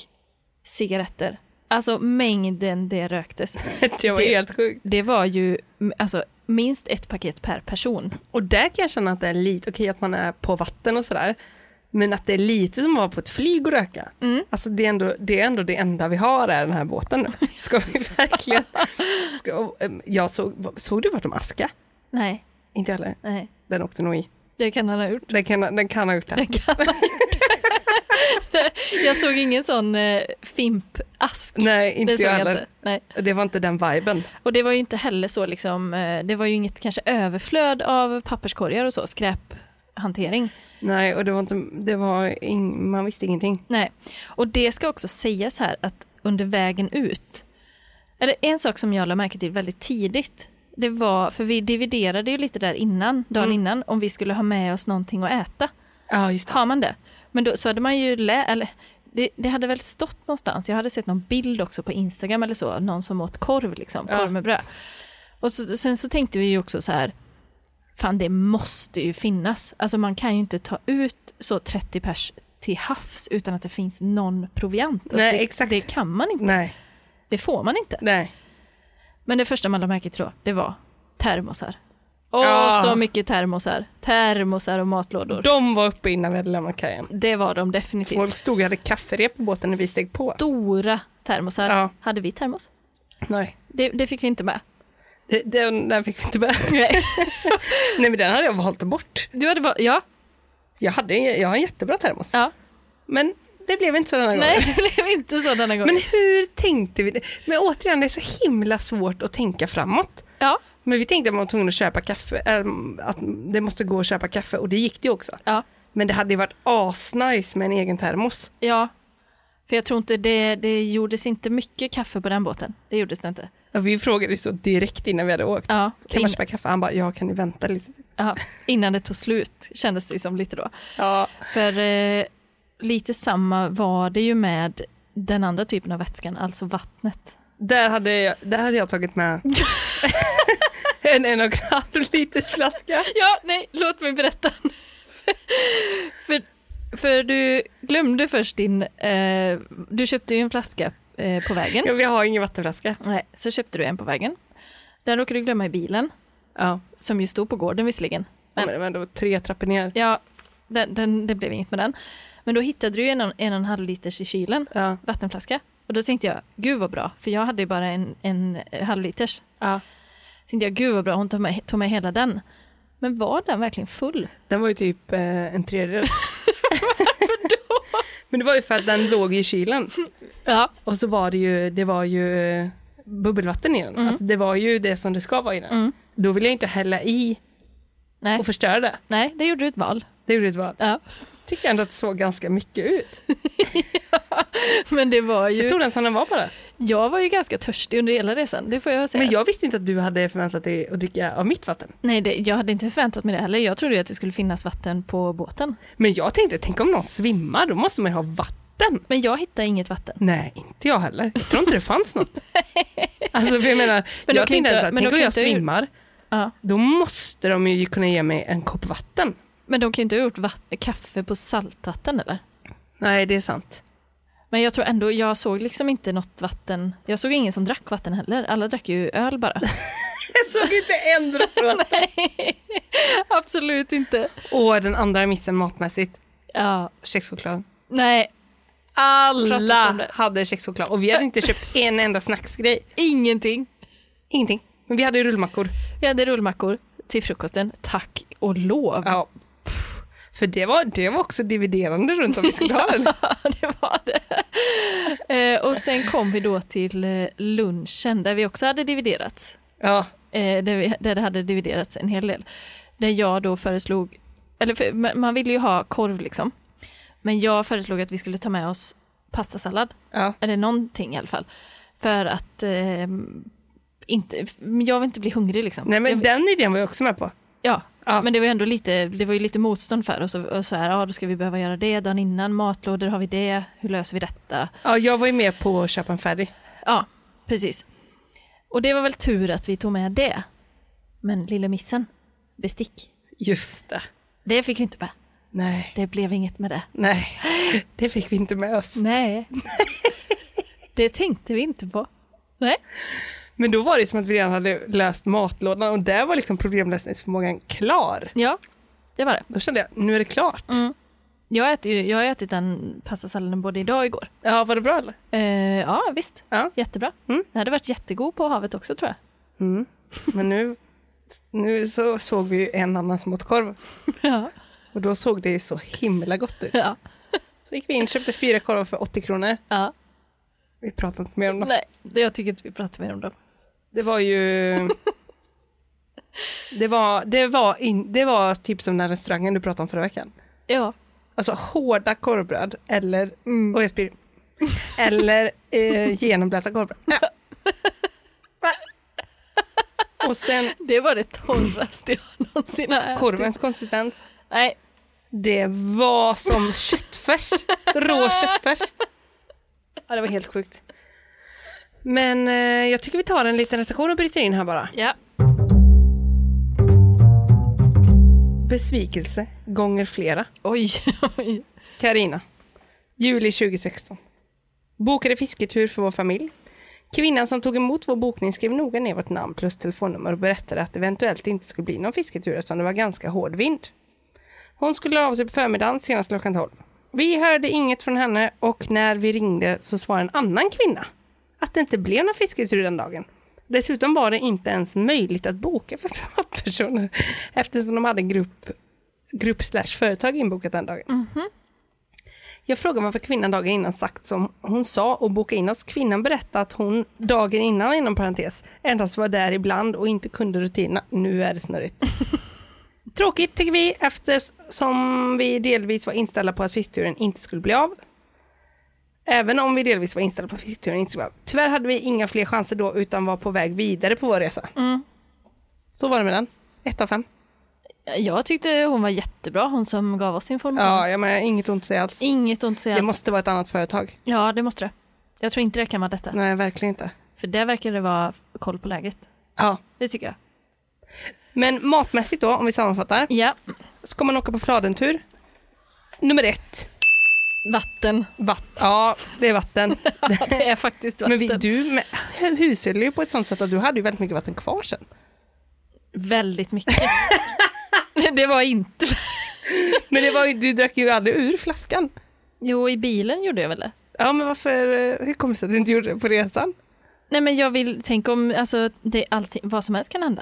[SPEAKER 1] cigaretter. Alltså mängden det röktes.
[SPEAKER 2] Det var
[SPEAKER 1] Det-
[SPEAKER 2] helt sjukt.
[SPEAKER 1] Det var ju mm, alltså, minst ett paket per person.
[SPEAKER 2] Och där kan jag känna att det är lite, okej att man är på vatten och sådär, men att det är lite som att vara på ett flyg och röka. Alltså det är, ändå, det är ändå det enda vi har är den här båten nu. Ska vi verkligen... Ska, och, em, jag såg, såg du vart de aska?
[SPEAKER 1] Nej,
[SPEAKER 2] Inte jag heller.
[SPEAKER 1] nej.
[SPEAKER 2] Den åkte nog i.
[SPEAKER 1] Det kan han ha gjort.
[SPEAKER 2] Den kan, den kan ha gjort det.
[SPEAKER 1] Den kan ha gjort. jag såg ingen sån eh, fimpask.
[SPEAKER 2] Nej, inte
[SPEAKER 1] det såg
[SPEAKER 2] jag
[SPEAKER 1] jag
[SPEAKER 2] heller.
[SPEAKER 1] inte. Nej.
[SPEAKER 2] Det var inte den viben.
[SPEAKER 1] Och det var ju inte heller så liksom, eh, det var ju inget kanske överflöd av papperskorgar och så, skräphantering.
[SPEAKER 2] Nej, och det var inte, det var ing, man visste ingenting.
[SPEAKER 1] Nej, och det ska också sägas här att under vägen ut, eller en sak som jag lade märke till väldigt tidigt, det var, för vi dividerade ju lite där innan, dagen innan, om vi skulle ha med oss någonting att äta.
[SPEAKER 2] Ja, just
[SPEAKER 1] Har man det? Men då, så hade man ju lä- eller det, det hade väl stått någonstans, jag hade sett någon bild också på Instagram eller så, någon som åt korv liksom,
[SPEAKER 2] Ja.
[SPEAKER 1] korv med bröd. Och så, sen så tänkte vi ju också så här, fan det måste ju finnas, alltså man kan ju inte ta ut så 30 pers till havs utan att det finns någon proviant. Alltså
[SPEAKER 2] Nej,
[SPEAKER 1] det,
[SPEAKER 2] exakt.
[SPEAKER 1] det kan man inte,
[SPEAKER 2] Nej,
[SPEAKER 1] det får man inte.
[SPEAKER 2] nej.
[SPEAKER 1] Men det första man lade märke till då, det var termosar. Åh,
[SPEAKER 2] Ja.
[SPEAKER 1] så mycket termosar. Termosar och matlådor.
[SPEAKER 2] De var uppe innan vi hade lämnat kajen.
[SPEAKER 1] Det var de definitivt.
[SPEAKER 2] Folk stod och hade kafferep på båten när vi steg på.
[SPEAKER 1] stora termosar.
[SPEAKER 2] Ja.
[SPEAKER 1] Hade vi termos?
[SPEAKER 2] Nej.
[SPEAKER 1] Det, det fick vi inte med.
[SPEAKER 2] Det- Den, den fick vi inte med. Nej. men den hade jag valt bort.
[SPEAKER 1] Du hade bara, ja,
[SPEAKER 2] Jag, hade, en- jag har en jättebra termos.
[SPEAKER 1] ja.
[SPEAKER 2] Men det blev inte så den här
[SPEAKER 1] Nej,
[SPEAKER 2] gången.
[SPEAKER 1] det blev inte så denna gången.
[SPEAKER 2] Men hur tänkte vi? det? Men återigen, det är så himla svårt att tänka framåt.
[SPEAKER 1] Ja,
[SPEAKER 2] Men vi tänkte att man var tvungen att köpa kaffe, ehm, att det måste gå att köpa kaffe och det gick det också.
[SPEAKER 1] ja,
[SPEAKER 2] Men det hade ju varit asnice med en egen termos.
[SPEAKER 1] ja. För jag tror inte det, det gjordes inte mycket kaffe på den båten. Det gjordes det inte.
[SPEAKER 2] Ja, Vi frågade ju så direkt innan vi hade åkt.
[SPEAKER 1] Ja,
[SPEAKER 2] Kan
[SPEAKER 1] in,
[SPEAKER 2] man köpa kaffe? Han bara, ja kan ni vänta lite?
[SPEAKER 1] ja, innan det tog slut kändes det som lite då.
[SPEAKER 2] Ja,
[SPEAKER 1] För eh, lite samma var det ju med den andra typen av vätskan, alltså vattnet.
[SPEAKER 2] Där hade jag, där hade jag tagit med en en och en halv liters flaska.
[SPEAKER 1] Ja, nej, låt mig berätta. för, för du glömde först din... Eh, du köpte ju en flaska eh, på vägen.
[SPEAKER 2] Ja, vi har ingen vattenflaska.
[SPEAKER 1] Nej, så köpte du en på vägen. Den råkade du glömma i bilen,
[SPEAKER 2] Ja.
[SPEAKER 1] som ju stod på gården visserligen.
[SPEAKER 2] Men det var ändå tre trappor ner.
[SPEAKER 1] Ja, den, den, det blev inget med den. Men då hittade du ju en, och- en och en halv liters i kylen,
[SPEAKER 2] Ja.
[SPEAKER 1] vattenflaska. Och då tänkte jag, gud vad bra, för jag hade ju bara en, en eh, halv liters.
[SPEAKER 2] ja.
[SPEAKER 1] Så tänkte jag, gud vad bra, hon tog med, tog med hela den. Men var den verkligen full?
[SPEAKER 2] Den var ju typ eh, en tredjedel. Varför då? Men det var ju för att den låg i kylen.
[SPEAKER 1] Ja.
[SPEAKER 2] Och så var det ju, det var ju eh, bubbelvatten i den. Alltså, det var ju det som det ska vara i den. Då vill jag inte hälla i
[SPEAKER 1] Nej,
[SPEAKER 2] och förstöra det.
[SPEAKER 1] nej det gjorde du ett val.
[SPEAKER 2] Det gjorde det bara.
[SPEAKER 1] Ja.
[SPEAKER 2] Tycker ändå att det såg ganska mycket ut.
[SPEAKER 1] Men det var
[SPEAKER 2] Jag
[SPEAKER 1] ju...
[SPEAKER 2] tog den som den var bara.
[SPEAKER 1] Jag var ju ganska törstig under hela resan, det får jag säga.
[SPEAKER 2] Men jag visste inte att du hade förväntat dig att dricka av mitt vatten.
[SPEAKER 1] Nej, det, jag hade inte förväntat mig det heller. Jag trodde ju att det skulle finnas vatten på båten.
[SPEAKER 2] Men jag tänkte, tänk om någon svimmar, då måste man ju ha vatten.
[SPEAKER 1] Men jag hittade inget vatten.
[SPEAKER 2] Nej, inte jag heller. Jag tror inte det fanns något. alltså för jag menar,
[SPEAKER 1] Men då
[SPEAKER 2] jag
[SPEAKER 1] kan
[SPEAKER 2] tänkte
[SPEAKER 1] inte-
[SPEAKER 2] så här,
[SPEAKER 1] men
[SPEAKER 2] tänk
[SPEAKER 1] då
[SPEAKER 2] om
[SPEAKER 1] kan
[SPEAKER 2] jag
[SPEAKER 1] inte-
[SPEAKER 2] svimmar,
[SPEAKER 1] Ja.
[SPEAKER 2] då måste de ju kunna ge mig en kopp vatten.
[SPEAKER 1] Men de kan ju inte ha gjort vatt- kaffe på saltvatten eller?
[SPEAKER 2] Nej, det är sant.
[SPEAKER 1] Men jag tror ändå, jag såg liksom inte något vatten. Jag såg ingen som drack vatten heller. Alla drack ju öl bara.
[SPEAKER 2] Jag såg inte en droppe vatten.
[SPEAKER 1] Absolut inte.
[SPEAKER 2] Och den andra missen matmässigt,
[SPEAKER 1] Ja,
[SPEAKER 2] kexchoklad.
[SPEAKER 1] nej, Pratat om
[SPEAKER 2] Alla
[SPEAKER 1] det.
[SPEAKER 2] hade kexchoklad och vi hade inte köpt en enda snacksgrej.
[SPEAKER 1] ingenting.
[SPEAKER 2] Ingenting. Men vi hade ju rullmackor.
[SPEAKER 1] Vi hade rullmackor till frukosten, tack och lov.
[SPEAKER 2] Ja. Pff. För det var, det var också dividerande runt om i skalan.
[SPEAKER 1] Ja, det var det. Eh, och sen kom vi då till eh, lunchen där vi också hade dividerats.
[SPEAKER 2] Ja.
[SPEAKER 1] Eh, där, vi, där det hade dividerats en hel del. Där jag då föreslog, eller för, ma- man ville ju ha korv liksom. Men jag föreslog att vi skulle ta med oss pastasallad,
[SPEAKER 2] ja.
[SPEAKER 1] eller någonting i alla fall. För att eh, inte, jag vill inte bli hungrig liksom.
[SPEAKER 2] Nej men
[SPEAKER 1] jag,
[SPEAKER 2] den idén var jag också med på.
[SPEAKER 1] ja,
[SPEAKER 2] Ja.
[SPEAKER 1] men det var ju ändå lite, det var ju lite motstånd för oss och, och så här, ja då ska vi behöva göra det dagen innan, matlådor har vi det, hur löser vi detta?
[SPEAKER 2] Ja, jag var ju med på att köpa en färdig.
[SPEAKER 1] Ja, precis. Och det var väl tur att vi tog med det. Men lilla missen, bestick,
[SPEAKER 2] Just det.
[SPEAKER 1] det fick vi inte med.
[SPEAKER 2] Nej,
[SPEAKER 1] Det blev inget med det.
[SPEAKER 2] nej, det fick vi inte med oss.
[SPEAKER 1] Nej. det tänkte vi inte på. Nej.
[SPEAKER 2] Men då var det som att vi redan hade löst matlådan och där var liksom problemlösningsförmågan klar.
[SPEAKER 1] Ja, det var det.
[SPEAKER 2] Då kände jag, nu är det klart.
[SPEAKER 1] Mm. Jag, äter ju, jag har ätit den pastasalladen både idag och igår.
[SPEAKER 2] Ja, var det bra eller?
[SPEAKER 1] Eh, ja, visst.
[SPEAKER 2] Ja.
[SPEAKER 1] Jättebra.
[SPEAKER 2] Mm.
[SPEAKER 1] Den hade varit jättegod på havet också tror jag.
[SPEAKER 2] Men nu, nu så såg vi ju en annan småttkorv
[SPEAKER 1] Ja.
[SPEAKER 2] och då såg det ju så himla gott ut.
[SPEAKER 1] ja.
[SPEAKER 2] Så gick vi in, köpte fyra korvar för 80 kronor.
[SPEAKER 1] ja.
[SPEAKER 2] Vi pratade inte mer om dem.
[SPEAKER 1] Nej, det, jag tycker inte vi pratar mer om dem.
[SPEAKER 2] Det var ju... Det var, det, var in, det var typ som den restaurangen du pratade om förra veckan.
[SPEAKER 1] Ja.
[SPEAKER 2] Alltså hårda korvbröd eller... Och jag spyr. Eller eh, genomblöta korvbröd. Ja. Va? Och sen
[SPEAKER 1] Det var det torraste jag någonsin har ätit.
[SPEAKER 2] korvens konsistens.
[SPEAKER 1] Nej,
[SPEAKER 2] Det var som köttfärs. Rå köttfärs. Ja, det var helt sjukt. Men eh, jag tycker vi tar en liten recension och bryter in här bara.
[SPEAKER 1] ja.
[SPEAKER 2] Besvikelse gånger flera.
[SPEAKER 1] Oj, oj.
[SPEAKER 2] Karina. Juli 2016. Bokade fisketur för vår familj. Kvinnan som tog emot vår bokning skrev noga ner vårt namn plus telefonnummer och berättade att det eventuellt inte skulle bli någon fisketur eftersom det var ganska hård vind. Hon skulle höra av sig på förmiddagen senast klockan 12. Vi hörde inget från henne och när vi ringde så svarade en annan kvinna att det inte blev någon fisketur den dagen. Dessutom var det inte ens möjligt att boka för privatpersoner eftersom de hade en grupp, grupp slash företag inbokat den dagen. Jag frågade varför kvinnan dagen innan sagt som hon sa och boka in oss. Kvinnan berättade att hon dagen innan inom parentes endast var där ibland och inte kunde rutinerna. Nu är det snurrigt. Tråkigt tycker vi eftersom vi delvis var inställda på att fiskturen inte skulle bli av. Även om vi delvis var inställda på att fiskturen inte skulle bli av. Tyvärr hade vi inga fler chanser då utan var på väg vidare på vår resa.
[SPEAKER 1] Mm.
[SPEAKER 2] Så var det med den. Ett av fem.
[SPEAKER 1] Jag tyckte hon var jättebra, hon som gav oss information.
[SPEAKER 2] Ja, jag menar inget ont att säga alls.
[SPEAKER 1] Inget ont att säga.
[SPEAKER 2] Det
[SPEAKER 1] alls.
[SPEAKER 2] måste vara ett annat företag.
[SPEAKER 1] Ja, det måste det. Jag tror inte det kan vara detta.
[SPEAKER 2] Nej, verkligen inte.
[SPEAKER 1] För där verkar det vara koll på läget.
[SPEAKER 2] Ja,
[SPEAKER 1] Det tycker jag.
[SPEAKER 2] Men matmässigt då, om vi sammanfattar.
[SPEAKER 1] Ja,
[SPEAKER 2] Ska man åka på fladentur? Nummer ett,
[SPEAKER 1] vatten.
[SPEAKER 2] vatten. Ja, det är vatten.
[SPEAKER 1] Det är faktiskt vatten.
[SPEAKER 2] Men vi, du med- hushöll ju på ett sånt sätt att du hade ju väldigt mycket vatten kvar sen.
[SPEAKER 1] Väldigt mycket. det var inte...
[SPEAKER 2] Men det var, ju- du drack ju aldrig ur flaskan.
[SPEAKER 1] Jo, i bilen gjorde jag väl det.
[SPEAKER 2] Ja, men varför, eh, hur kom det sig att du inte gjorde det på resan?
[SPEAKER 1] Nej, men jag vill... Tänk om... Alltså, det är allting, vad som helst kan hända.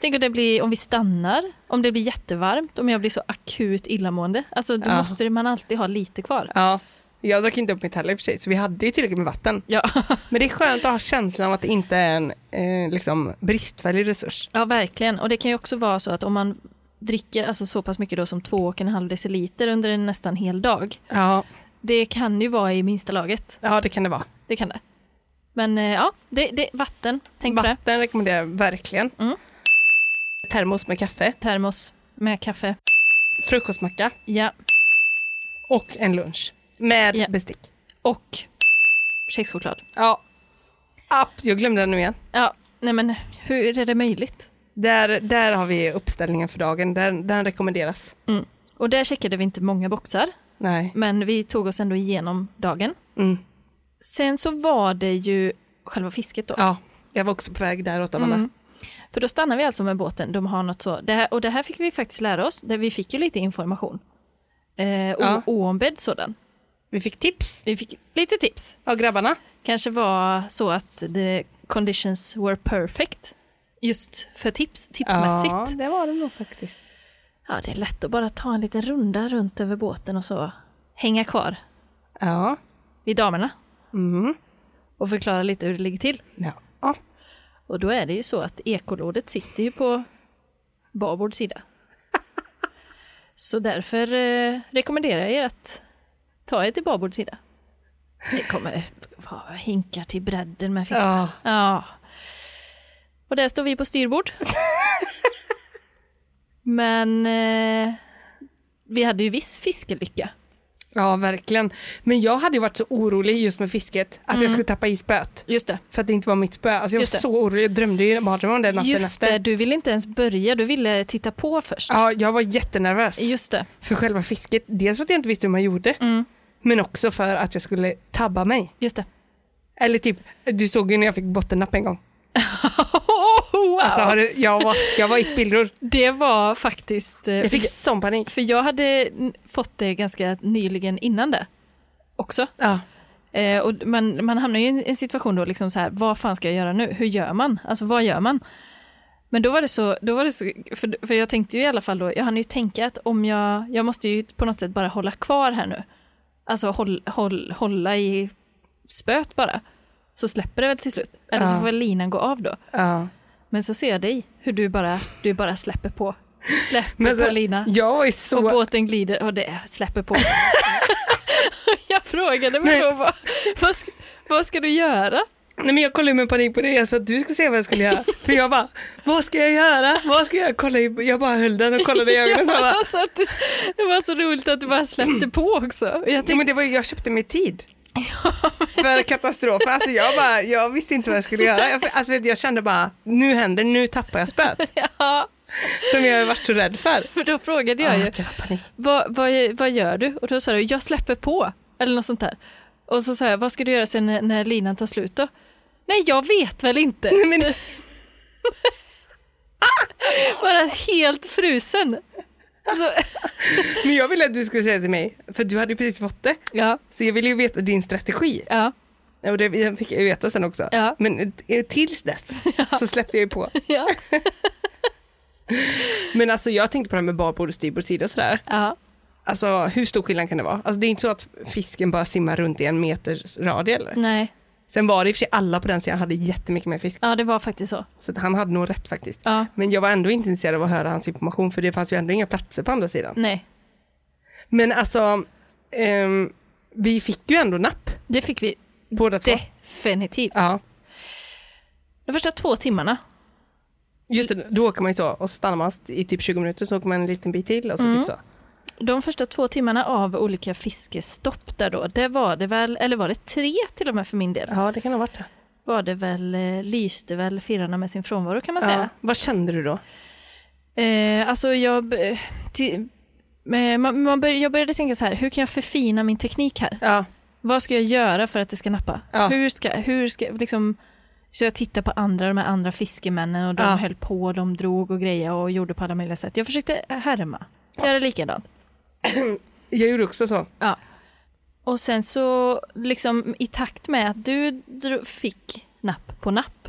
[SPEAKER 1] Tänk om det blir... Om vi stannar, om det blir jättevarmt, om jag blir så akut illamående. Alltså, då
[SPEAKER 2] Ja.
[SPEAKER 1] måste man alltid ha lite kvar.
[SPEAKER 2] Ja. Jag drack inte upp mitt heller i och för sig, så vi hade ju tillräckligt med vatten.
[SPEAKER 1] Ja,
[SPEAKER 2] Men det är skönt att ha känslan av att det inte är en eh, liksom, bristfällig resurs.
[SPEAKER 1] Ja, verkligen. Och det kan ju också vara så att om man dricker alltså så pass mycket då som två och en halv deciliter under en nästan hel dag.
[SPEAKER 2] Ja.
[SPEAKER 1] Det kan ju vara i minsta laget.
[SPEAKER 2] ja, det kan det vara.
[SPEAKER 1] Det kan det. Men eh, ja, det, det, vatten. Tänk på det.
[SPEAKER 2] Vatten rekommenderar jag verkligen.
[SPEAKER 1] Mm.
[SPEAKER 2] Termos med kaffe,
[SPEAKER 1] Termos med kaffe.
[SPEAKER 2] frukostmacka.
[SPEAKER 1] Ja.
[SPEAKER 2] Och en lunch. Med
[SPEAKER 1] Ja.
[SPEAKER 2] bestick.
[SPEAKER 1] Och kexchoklad.
[SPEAKER 2] Ja. App, jag glömde den nu igen.
[SPEAKER 1] Ja, nej men hur är det möjligt?
[SPEAKER 2] Där, där har vi uppställningen för dagen. Där, den rekommenderas.
[SPEAKER 1] Och där checkade vi inte många boxar,
[SPEAKER 2] Nej.
[SPEAKER 1] men vi tog oss ändå igenom dagen.
[SPEAKER 2] Mm.
[SPEAKER 1] Sen så var det ju själva fisket då.
[SPEAKER 2] Ja, jag var också på väg däråt Amanda.
[SPEAKER 1] Mm. För då stannar vi alltså med båten. De har något så. Det här, och det här fick vi faktiskt lära oss. Där vi fick ju lite information. Eh, o-
[SPEAKER 2] Ja.
[SPEAKER 1] Oombedd sådan.
[SPEAKER 2] Vi fick tips
[SPEAKER 1] Vi fick lite tips.
[SPEAKER 2] av grabbarna.
[SPEAKER 1] Kanske var så att the conditions were perfect. Just för tips, tipsmässigt. Ja.
[SPEAKER 2] det var det nog faktiskt.
[SPEAKER 1] det är lätt att bara ta en liten runda runt över båten och så hänga kvar
[SPEAKER 2] Ja.
[SPEAKER 1] vid damerna
[SPEAKER 2] Mm.
[SPEAKER 1] och förklara lite hur det ligger till.
[SPEAKER 2] ja. ja.
[SPEAKER 1] Och då är det ju så att ekolodet sitter ju på babord sida. Så därför eh, rekommenderar jag er att ta er till babord sida. Det kommer vara hinkar till bredden med fisk. Ja.
[SPEAKER 2] Ja.
[SPEAKER 1] Och där står vi på styrbord. Men eh, vi hade ju viss fiskelycka.
[SPEAKER 2] Ja, verkligen. Men jag hade ju varit så orolig just med fisket, att jag skulle tappa i spöet.
[SPEAKER 1] Just det.
[SPEAKER 2] För att det inte var mitt spö. Alltså
[SPEAKER 1] Mm.
[SPEAKER 2] jag
[SPEAKER 1] Just
[SPEAKER 2] var
[SPEAKER 1] det.
[SPEAKER 2] så orolig, jag drömde ju mardrömmar om det natten
[SPEAKER 1] Just det,
[SPEAKER 2] efter.
[SPEAKER 1] du ville inte ens börja, du ville titta på först.
[SPEAKER 2] Ja, jag var jättenervös
[SPEAKER 1] Just det.
[SPEAKER 2] för själva fisket. Dels för att jag inte visste hur man gjorde,
[SPEAKER 1] Mm.
[SPEAKER 2] men också för att jag skulle tabba mig.
[SPEAKER 1] Just det.
[SPEAKER 2] Eller typ, du såg ju när jag fick bottennapp en gång.
[SPEAKER 1] wow.
[SPEAKER 2] Alltså, har du, jag, var, jag var i spillror.
[SPEAKER 1] Det var faktiskt... eh,
[SPEAKER 2] Jag fick sån panik.
[SPEAKER 1] För jag hade n- fått det ganska nyligen innan det också.
[SPEAKER 2] Ja.
[SPEAKER 1] Eh, och man, man hamnar ju i en- en situation då, liksom så här, vad fan ska jag göra nu? Hur gör man? Alltså vad gör man? Men då var det så, då var det så för, för jag tänkte ju i alla fall då, jag hann ju tänka att om jag, jag måste ju på något sätt bara hålla kvar här nu. Alltså håll, håll, hålla i spöet bara. Så släpper det väl till slut. Eller så
[SPEAKER 2] Ja.
[SPEAKER 1] får väl linan gå av då.
[SPEAKER 2] ja.
[SPEAKER 1] Men så ser jag dig, hur du bara, du bara släpper på. Släpper
[SPEAKER 2] Men
[SPEAKER 1] på
[SPEAKER 2] så-
[SPEAKER 1] linan.
[SPEAKER 2] Jag var ju
[SPEAKER 1] Och
[SPEAKER 2] så...
[SPEAKER 1] båten glider och det släpper på. jag frågade mig
[SPEAKER 2] Nej.
[SPEAKER 1] då vad, vad, ska, vad ska du göra?
[SPEAKER 2] Nej, men jag kollade med panik på dig så att du ska se vad jag skulle göra. För jag bara, vad ska jag göra? Vad ska jag kolla i... Jag bara höll den och kollade i ögonen. Så jag bara,
[SPEAKER 1] alltså, att det, det var så roligt att du bara släppte på också. Och Jag
[SPEAKER 2] Ja,
[SPEAKER 1] tänkte,
[SPEAKER 2] men det var ju, jag köpte mig tid. För katastrofen, alltså jag, bara, jag visste inte vad jag skulle göra. Jag, alltså, vet du, jag kände bara, nu händer det, nu tappar jag spöet.
[SPEAKER 1] ja,
[SPEAKER 2] Som jag har varit så rädd för.
[SPEAKER 1] för då frågade jag ju,
[SPEAKER 2] Ah, jag har panik.
[SPEAKER 1] vad, vad, vad gör du? Och då sa du, jag släpper på. Eller något sånt där. Och så sa jag, vad ska du göra sen när, när linan tar slut då? Nej, jag vet väl inte.
[SPEAKER 2] Nej, men,
[SPEAKER 1] Bara helt frusen. Så,
[SPEAKER 2] men jag ville att du skulle säga till mig, för du hade ju precis fått det.
[SPEAKER 1] ja,
[SPEAKER 2] Så jag ville ju veta din strategi.
[SPEAKER 1] ja,
[SPEAKER 2] Ja, Och det fick jag ju veta sen också.
[SPEAKER 1] Ja.
[SPEAKER 2] Men eh, tills dess så släppte jag ju på.
[SPEAKER 1] ja,
[SPEAKER 2] Men alltså jag tänkte på det här med barbord och styrbord sida och sådär.
[SPEAKER 1] ja.
[SPEAKER 2] Alltså hur stor skillnad kan det vara? Alltså det är inte så att fisken bara simmar runt i en meters radie eller?
[SPEAKER 1] Nej,
[SPEAKER 2] Sen var det i och för sig alla på den sidan hade jättemycket mer fisk.
[SPEAKER 1] ja det var faktiskt så.
[SPEAKER 2] Så att han hade nog rätt faktiskt.
[SPEAKER 1] Ja.
[SPEAKER 2] Men jag var ändå inte intresserad av att höra hans information för det fanns ju ändå inga platser på andra sidan.
[SPEAKER 1] Nej,
[SPEAKER 2] Men alltså, ehm, vi fick ju ändå napp
[SPEAKER 1] det fick vi
[SPEAKER 2] båda två.
[SPEAKER 1] definitivt.
[SPEAKER 2] Ja,
[SPEAKER 1] De första två timmarna.
[SPEAKER 2] just det, då åker man ju så och så stannar man i typ 20 minuter så åker man en liten bit till och så typ så.
[SPEAKER 1] De första två timmarna av olika fiskestopp där då, det var det väl, eller var det tre till och med för min del,
[SPEAKER 2] Ja, det kan ha varit det.
[SPEAKER 1] var det väl, eh, lyste väl firarna med sin frånvaro kan man
[SPEAKER 2] Ja.
[SPEAKER 1] säga.
[SPEAKER 2] Vad kände du då?
[SPEAKER 1] Eh, alltså jag, b- eh, ti- eh, man, man bör, jag började tänka så här, hur kan jag förfina min teknik här?
[SPEAKER 2] Ja,
[SPEAKER 1] Vad ska jag göra för att det ska nappa?
[SPEAKER 2] Ja.
[SPEAKER 1] Hur ska, hur ska, liksom, så jag tittade på andra, de här andra fiskemännen och de
[SPEAKER 2] Ja.
[SPEAKER 1] höll på, de drog och grejade och gjorde på alla möjliga sätt. Jag försökte härma, göra likadant.
[SPEAKER 2] jag gjorde också så.
[SPEAKER 1] Och sen så, liksom i takt med att du dro- fick napp på napp,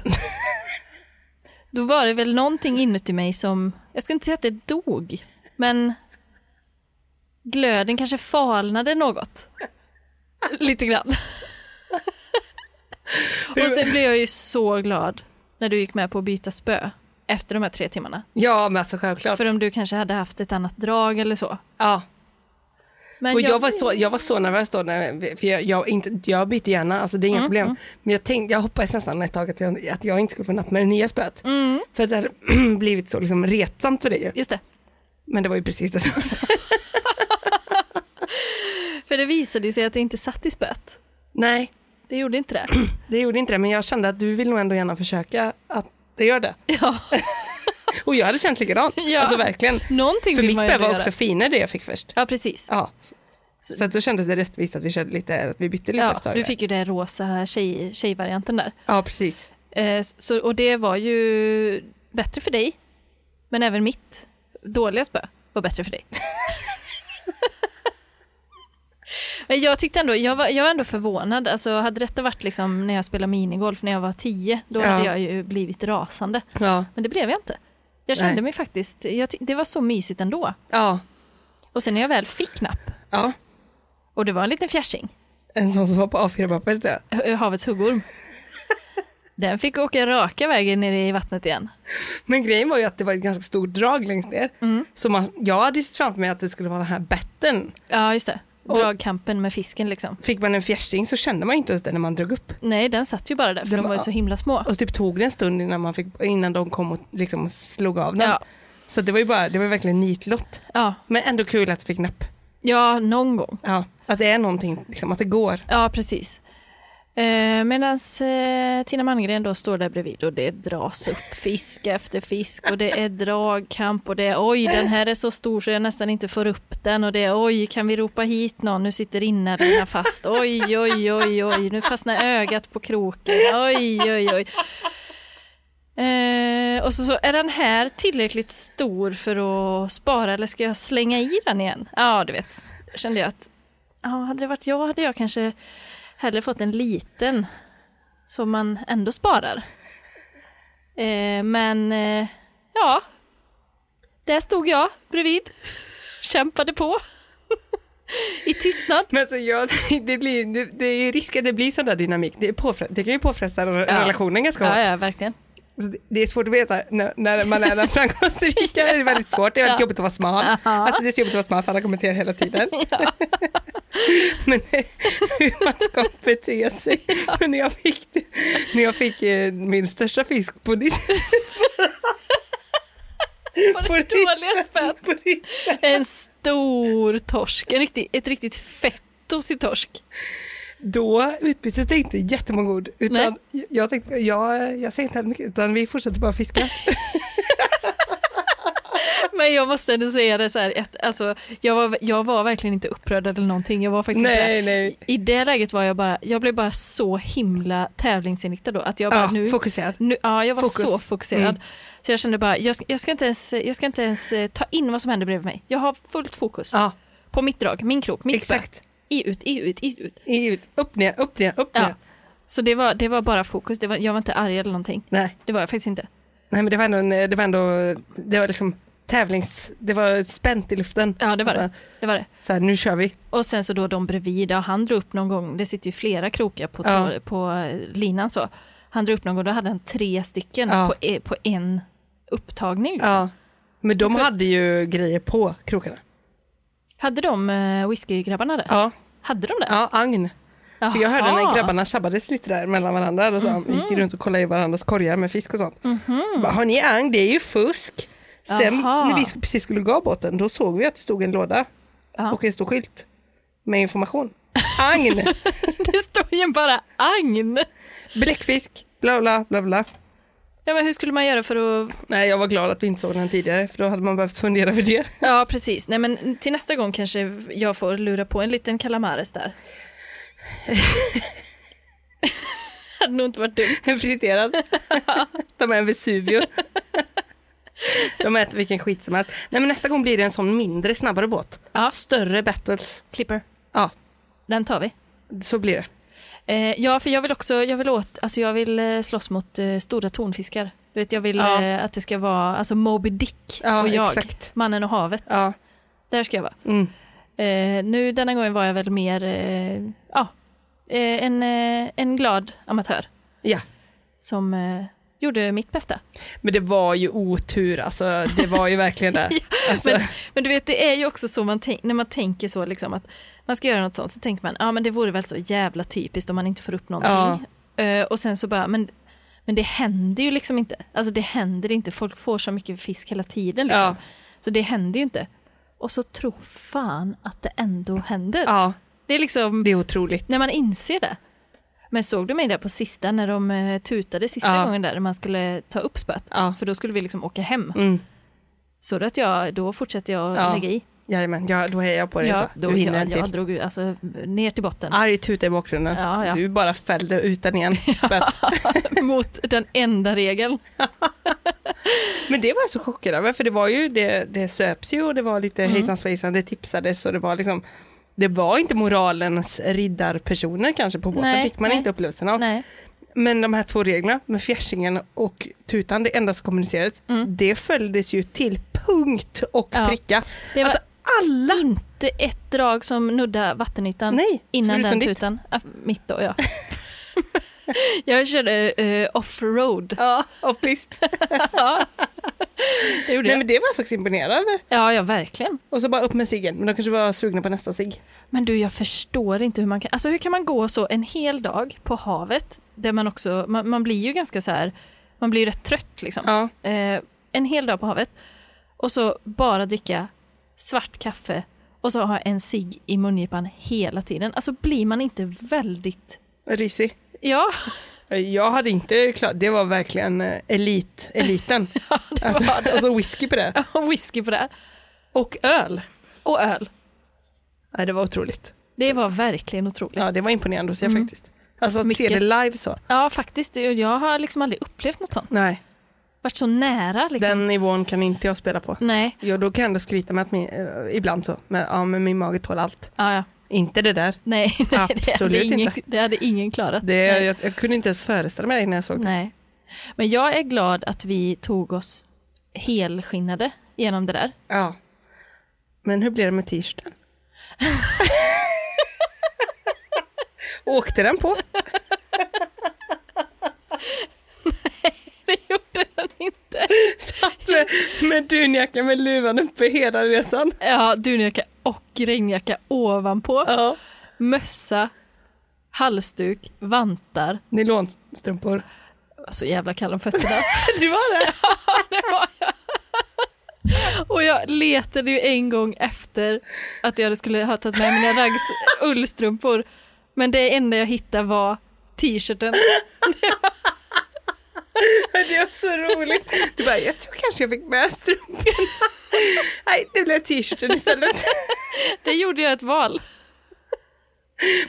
[SPEAKER 1] då var det väl någonting inuti mig som, jag ska inte säga att det dog, men glöden kanske falnade något. Lite grann. Och sen blev jag ju så glad när du gick med på att byta spö efter de här tre timmarna.
[SPEAKER 2] Ja, men alltså självklart.
[SPEAKER 1] För om du kanske hade haft ett annat drag eller så.
[SPEAKER 2] Ja.
[SPEAKER 1] Men
[SPEAKER 2] Och jag, var så, jag var så nervös då, när, för jag, jag, inte, jag byter gärna, alltså det är inga problem. Men jag, tänkte, jag hoppades nästan ett tag att jag, att jag inte skulle få napp med det nya spöet. För att det hade blivit så liksom retsamt för dig ju.
[SPEAKER 1] Just det.
[SPEAKER 2] Men det var ju precis det som
[SPEAKER 1] För det visade sig att det inte satt i spöet.
[SPEAKER 2] Nej,
[SPEAKER 1] Det gjorde inte det.
[SPEAKER 2] det gjorde inte det, men jag kände att du vill nog ändå gärna försöka att det gör det.
[SPEAKER 1] Ja,
[SPEAKER 2] Och jag hade känt likadant,
[SPEAKER 1] Ja.
[SPEAKER 2] alltså verkligen.
[SPEAKER 1] någonting
[SPEAKER 2] För
[SPEAKER 1] vill
[SPEAKER 2] mitt
[SPEAKER 1] man
[SPEAKER 2] spö
[SPEAKER 1] ju
[SPEAKER 2] var
[SPEAKER 1] göra.
[SPEAKER 2] också finare det jag fick först.
[SPEAKER 1] Ja, precis.
[SPEAKER 2] Ja. Så att då kändes det rättvist att vi, körde lite, att vi bytte lite
[SPEAKER 1] Ja,
[SPEAKER 2] efter
[SPEAKER 1] du fick ju den rosa tjej, tjejvarianten där.
[SPEAKER 2] Ja, precis.
[SPEAKER 1] Eh, så, och det var ju bättre för dig, men även mitt dåliga spö var bättre för dig. Men jag tyckte ändå, jag var, jag var ändå förvånad. Alltså, hade detta varit liksom när jag spelade minigolf när jag var tio, då
[SPEAKER 2] Ja.
[SPEAKER 1] hade jag ju blivit rasande.
[SPEAKER 2] Ja.
[SPEAKER 1] Men det blev jag inte. Jag kände
[SPEAKER 2] Nej.
[SPEAKER 1] mig faktiskt, jag, ty- det var så mysigt ändå.
[SPEAKER 2] Ja.
[SPEAKER 1] Och sen när jag väl fick knapp,
[SPEAKER 2] ja.
[SPEAKER 1] och det var en liten fjärsing,
[SPEAKER 2] En sån som var på A4-pappret ja.
[SPEAKER 1] Ö- eh, havets huggorm. Den fick åka raka vägen ner i vattnet igen.
[SPEAKER 2] Men grejen var ju att det var
[SPEAKER 1] Mm.
[SPEAKER 2] ett ganska stort drag längst ner. Så man, jag hade ju sett framför mig att det skulle vara den här betten.
[SPEAKER 1] Ja, just det.
[SPEAKER 2] Och-
[SPEAKER 1] dragkampen med fisken liksom.
[SPEAKER 2] Fick man en fjärsing så kände man inte ens det när man drog upp.
[SPEAKER 1] Nej, den satt ju bara där för
[SPEAKER 2] Den
[SPEAKER 1] de var ju
[SPEAKER 2] bara-
[SPEAKER 1] så himla små.
[SPEAKER 2] Och så typ tog det en stund innan, man fick, innan de kom och liksom slog av den.
[SPEAKER 1] Ja,
[SPEAKER 2] Så det var ju bara, det var ju verkligen nitlott.
[SPEAKER 1] ja,
[SPEAKER 2] Men ändå kul att jag fick napp.
[SPEAKER 1] ja, någon gång.
[SPEAKER 2] Ja, att det är någonting, liksom, att det går.
[SPEAKER 1] Ja, precis. Eh, Medan eh, Tina Malmgren då står där bredvid och det dras upp fisk efter fisk och det är dragkamp och det är oj, den här är så stor så jag nästan inte får upp den och det är oj, kan vi ropa hit någon? Nu sitter innerlinjen fast. Oj, oj, oj, oj, nu fastnar ögat på kroken. Oj, oj, oj. Eh, och så, så är den här tillräckligt stor för att spara eller ska jag slänga i den igen? Ja, du vet, kände jag att ja, hade det varit jag hade jag kanske hellre fått en liten som man ändå sparar. Eh, men eh, ja, där stod jag bredvid, kämpade på i tystnad.
[SPEAKER 2] Men alltså jag, det, blir, det, det är ju risk att det blir sån där dynamik. Det, är påfre, det kan ju påfresta re-
[SPEAKER 1] Ja.
[SPEAKER 2] relationen ganska hårt.
[SPEAKER 1] Ja, ja, verkligen.
[SPEAKER 2] Så det, det är svårt att veta när, när man är den framgångsrika. Det är väldigt svårt. Det är väldigt jobbigt att vara smal. Alltså det är så jobbigt att vara smal för alla kommenterar hela tiden. Men hur man ska bete sig. Men när jag fick, det- när jag fick eh, min största fisk på ditt,
[SPEAKER 1] Var
[SPEAKER 2] På
[SPEAKER 1] det
[SPEAKER 2] ditt
[SPEAKER 1] dåliga spön?
[SPEAKER 2] på ditt
[SPEAKER 1] En stor torsk, en riktig, ett riktigt fetto till torsk.
[SPEAKER 2] Då utbyttes det inte jättemånga ord. Utan
[SPEAKER 1] Nej.
[SPEAKER 2] jag- jag, tänkte, jag, jag säger inte heller mycket, utan vi fortsätter bara fiska.
[SPEAKER 1] Men jag måste ändå säga det så här, att, alltså, jag, var, jag var verkligen inte upprörd eller någonting. Jag var faktiskt inte
[SPEAKER 2] nej, nej.
[SPEAKER 1] I det läget var jag bara, jag blev bara så himla tävlingsinriktad då att jag bara
[SPEAKER 2] Ja,
[SPEAKER 1] nu,
[SPEAKER 2] fokuserad.
[SPEAKER 1] nu, ja jag var
[SPEAKER 2] Fokus. Mm.
[SPEAKER 1] så fokuserad. Så jag kände bara, jag ska, jag, ska inte ens, jag ska inte ens eh, ta in vad som händer bredvid mig. Jag har fullt fokus
[SPEAKER 2] Ja,
[SPEAKER 1] på mitt drag, min krok, mitt spö.
[SPEAKER 2] exakt.
[SPEAKER 1] I ut, i ut, i ut.
[SPEAKER 2] I, ut, upp, ner, upp, ner, upp,
[SPEAKER 1] Ja.
[SPEAKER 2] ner.
[SPEAKER 1] Så det var, det var bara fokus, det var, jag var inte arg eller någonting.
[SPEAKER 2] Nej.
[SPEAKER 1] Det var jag faktiskt inte.
[SPEAKER 2] nej, men det var ändå, en, det var ändå, det var liksom tävlings, det var spänt i luften.
[SPEAKER 1] Ja det Liksom. var det.
[SPEAKER 2] så,
[SPEAKER 1] Alltså, det, var det.
[SPEAKER 2] Så här, nu kör vi.
[SPEAKER 1] Och sen så då de bredvid, ja, han drog upp någon gång, det sitter ju flera krokar på,
[SPEAKER 2] Ja.
[SPEAKER 1] tå- på eh, linan så. Han drog upp någon gång, då hade han tre stycken
[SPEAKER 2] Ja.
[SPEAKER 1] på, e- på en upptagning. Liksom.
[SPEAKER 2] Ja. Men de hade ju grejer på krokarna.
[SPEAKER 1] Hade de eh, whiskeygrabbarna det?
[SPEAKER 2] Ja,
[SPEAKER 1] Hade de det?
[SPEAKER 2] ja agn.
[SPEAKER 1] Jaha.
[SPEAKER 2] För jag hörde när grabbarna tjabbades lite där mellan varandra och så
[SPEAKER 1] Mhm.
[SPEAKER 2] gick runt och kollade i varandras korgar med fisk och sånt. Jag Bara, har ni ang? Det är ju fusk. Sen
[SPEAKER 1] Jaha.
[SPEAKER 2] när vi precis skulle gå av båten då såg vi att det stod en låda
[SPEAKER 1] Ja.
[SPEAKER 2] och en stor skylt med information. Agn,
[SPEAKER 1] Det står ju bara agn.
[SPEAKER 2] bläckfisk, bla bla bla bla.
[SPEAKER 1] Ja, men hur skulle man göra för att...
[SPEAKER 2] Nej, jag var glad att vi inte såg den tidigare för då hade man behövt fundera över det.
[SPEAKER 1] Ja, precis. Nej, men till nästa gång kanske jag får lura på en liten calamares där. hade nog inte varit dumt.
[SPEAKER 2] En friterad. De är en Vesuvio. De äter vilken skit som helst. Nej, men nästa gång blir det en sån mindre, snabbare båt.
[SPEAKER 1] Ja.
[SPEAKER 2] Större battles.
[SPEAKER 1] Clipper,
[SPEAKER 2] Ja,
[SPEAKER 1] den tar vi.
[SPEAKER 2] så blir det.
[SPEAKER 1] Eh, ja, för jag vill också, jag vill åt, alltså jag vill eh, slåss mot eh, stora tonfiskar. Du vet, jag vill
[SPEAKER 2] Ja.
[SPEAKER 1] eh, att det ska vara, alltså Moby Dick
[SPEAKER 2] Ja,
[SPEAKER 1] och jag,
[SPEAKER 2] exakt.
[SPEAKER 1] mannen och havet.
[SPEAKER 2] Ja.
[SPEAKER 1] Där ska jag vara.
[SPEAKER 2] Mm.
[SPEAKER 1] Eh, nu denna gången var jag väl mer eh, ja, eh, en, eh, en glad amatör
[SPEAKER 2] ja.
[SPEAKER 1] som eh, gjorde mitt bästa.
[SPEAKER 2] Men det var ju otur, alltså. Det var ju verkligen det. alltså,
[SPEAKER 1] Men, men du vet, det är ju också så man tänk, när man tänker så liksom att man ska göra något sånt så tänker man, ja men det vore väl så jävla typiskt om man inte får upp någonting. Eh, och sen så bara, men, men det händer ju liksom inte. Alltså det händer inte, folk får så mycket fisk hela tiden liksom.
[SPEAKER 2] Ja.
[SPEAKER 1] Så det händer ju inte. Och så tro fan att det ändå händer.
[SPEAKER 2] ja,
[SPEAKER 1] Det är liksom
[SPEAKER 2] det är otroligt.
[SPEAKER 1] När man inser det. Men såg du mig där på sista när de eh, tutade sista
[SPEAKER 2] Ja.
[SPEAKER 1] gången där när man skulle ta upp spöet?
[SPEAKER 2] Ja.
[SPEAKER 1] För då skulle vi liksom åka hem.
[SPEAKER 2] Mm.
[SPEAKER 1] Så att jag, då fortsatte jag att
[SPEAKER 2] Ja.
[SPEAKER 1] lägga i.
[SPEAKER 2] Jajamän, ja, då är jag på dig. så.
[SPEAKER 1] då,
[SPEAKER 2] du hinner en
[SPEAKER 1] jag,
[SPEAKER 2] till.
[SPEAKER 1] jag drog ju, alltså, ner till botten
[SPEAKER 2] Arg tuta i bakgrunden.
[SPEAKER 1] Ja, ja.
[SPEAKER 2] Du bara fällde ut den igen. Spett.
[SPEAKER 1] mot den enda regeln.
[SPEAKER 2] Men det var jag så chockad över, för det var ju, det, det söps ju och det var lite hejsan svejsan, det tipsades och det var liksom, det var inte moralens riddarpersoner kanske på båten,
[SPEAKER 1] Nej,
[SPEAKER 2] fick man
[SPEAKER 1] nej.
[SPEAKER 2] inte upplevelsen av.
[SPEAKER 1] Nej.
[SPEAKER 2] Men de här två reglerna med fjärsingen och tutan, det enda som kommunicerades, det följdes ju till punkt och
[SPEAKER 1] Mm. Ja.
[SPEAKER 2] pricka.
[SPEAKER 1] Det var
[SPEAKER 2] Alltså alla,
[SPEAKER 1] inte ett drag som nuddade vattenytan
[SPEAKER 2] Nej,
[SPEAKER 1] innan
[SPEAKER 2] förutom
[SPEAKER 1] den
[SPEAKER 2] ditt.
[SPEAKER 1] tutan. Ah, mitt då, ja. jag körde eh, offroad.
[SPEAKER 2] ja, och visst,
[SPEAKER 1] Ja. Det gjorde
[SPEAKER 2] Nej
[SPEAKER 1] jag.
[SPEAKER 2] men det var jag faktiskt imponerad över.
[SPEAKER 1] Ja, ja, verkligen.
[SPEAKER 2] Och så bara upp med ciggen, men de kanske var sugna på nästa cigg.
[SPEAKER 1] Men du, jag förstår inte hur man kan... Alltså hur kan man gå så en hel dag på havet där man också... Man, man blir ju ganska så här... Man blir ju rätt trött liksom.
[SPEAKER 2] Ja.
[SPEAKER 1] Eh, en hel dag på havet och så bara dricka svart kaffe och så ha en cigg i mungipan hela tiden. Alltså blir man inte väldigt...
[SPEAKER 2] Risig.
[SPEAKER 1] Ja,
[SPEAKER 2] Jag hade inte klart, det var verkligen eh, elit, eliten. alltså, alltså whisky på det.
[SPEAKER 1] och whisky på det.
[SPEAKER 2] Och öl.
[SPEAKER 1] Och öl.
[SPEAKER 2] Ja, det var otroligt.
[SPEAKER 1] Det var verkligen otroligt. Ja,
[SPEAKER 2] Ja, det var imponerande att se faktiskt. Alltså att se
[SPEAKER 1] Mm. Mycket.
[SPEAKER 2] det live så.
[SPEAKER 1] faktiskt. Det- Jag har liksom aldrig upplevt något sånt.
[SPEAKER 2] Nej,
[SPEAKER 1] Varit så nära liksom.
[SPEAKER 2] den nivån kan inte jag spela på.
[SPEAKER 1] Nej.
[SPEAKER 2] Jo, då kan jag ändå skryta med att min, eh, ibland så, men, ja, men min mage tål allt.
[SPEAKER 1] Ja, ja.
[SPEAKER 2] Inte det där.
[SPEAKER 1] Nej, nej det, hade
[SPEAKER 2] Absolut
[SPEAKER 1] ingen,
[SPEAKER 2] inte.
[SPEAKER 1] det hade ingen klarat.
[SPEAKER 2] Det,
[SPEAKER 1] nej.
[SPEAKER 2] jag, jag kunde inte ens föreställa mig det när jag såg det.
[SPEAKER 1] nej. Men jag är glad att vi tog oss helskinnade genom det där.
[SPEAKER 2] Ja. Men hur blev det med t-shirten? Åkte den på?
[SPEAKER 1] Det gjorde den inte.
[SPEAKER 2] med, med dunjacka med luvan uppe hela resan.
[SPEAKER 1] Ja, dunjacka och regnjacka ovanpå.
[SPEAKER 2] Ja.
[SPEAKER 1] Mössa, halsduk, vantar.
[SPEAKER 2] Nylonstrumpor.
[SPEAKER 1] Jag var Så jävla kall om fötterna.
[SPEAKER 2] Du var det?
[SPEAKER 1] det var jag. Och jag letade ju en gång efter att jag skulle ha tagit med mina raggs ullstrumpor. Men det enda jag hittade var t-shirten.
[SPEAKER 2] Det var så roligt. Du bara, jag tror kanske jag fick med strumporna. Nej, det blev t-shirten istället.
[SPEAKER 1] Det gjorde jag ett val.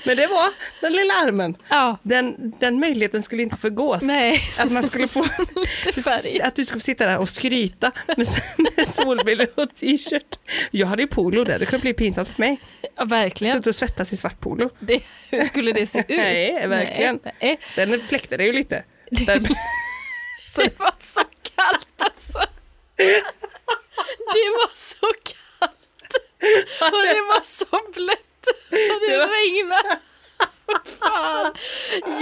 [SPEAKER 2] Men det var den lilla armen.
[SPEAKER 1] Ja,
[SPEAKER 2] Den, den möjligheten skulle inte förgås.
[SPEAKER 1] nej.
[SPEAKER 2] Att man skulle få...
[SPEAKER 1] Lite färg.
[SPEAKER 2] Att du skulle få sitta där och skryta med, med solbrillor och t-shirt. Jag hade ju polo där, det kunde bli pinsamt för mig.
[SPEAKER 1] Ja, verkligen.
[SPEAKER 2] Suttit och svettas i svart polo.
[SPEAKER 1] Det, hur skulle det se ut?
[SPEAKER 2] Nej, verkligen.
[SPEAKER 1] Nej, nej.
[SPEAKER 2] Sen fläktade det ju lite. Där,
[SPEAKER 1] Det var så kallt alltså. Det var så kallt. Och det var så blött. Och det
[SPEAKER 2] Det var-
[SPEAKER 1] regnade. Fan.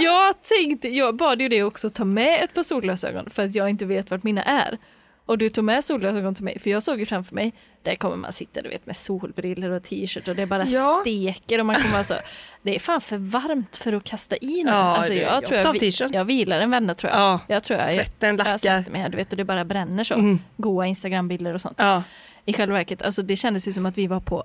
[SPEAKER 1] Jag tänkte, jag bad ju dig också ta med ett par solglasögon för att jag inte vet vart mina är. Och du tog med solglasögon till mig för jag såg ju framför mig, där kommer man sitta du vet med solbriller och t-shirt och det bara
[SPEAKER 2] Ja.
[SPEAKER 1] steker och man kommer vara så, det är fan för varmt för att kasta i nu.
[SPEAKER 2] Ja,
[SPEAKER 1] alltså,
[SPEAKER 2] det-
[SPEAKER 1] jag,
[SPEAKER 2] jag
[SPEAKER 1] tror
[SPEAKER 2] tar
[SPEAKER 1] jag,
[SPEAKER 2] av t-shirt.
[SPEAKER 1] vi, jag vilar en vända tror jag.
[SPEAKER 2] Ja.
[SPEAKER 1] Jag tror jag,
[SPEAKER 2] Svetten
[SPEAKER 1] jag,
[SPEAKER 2] lackar. Mm.
[SPEAKER 1] jag satte mig här, du vet, och det bara bränner så. Goa Instagrambilder och sånt.
[SPEAKER 2] ja.
[SPEAKER 1] I själva verket, alltså det kändes ju som att vi var på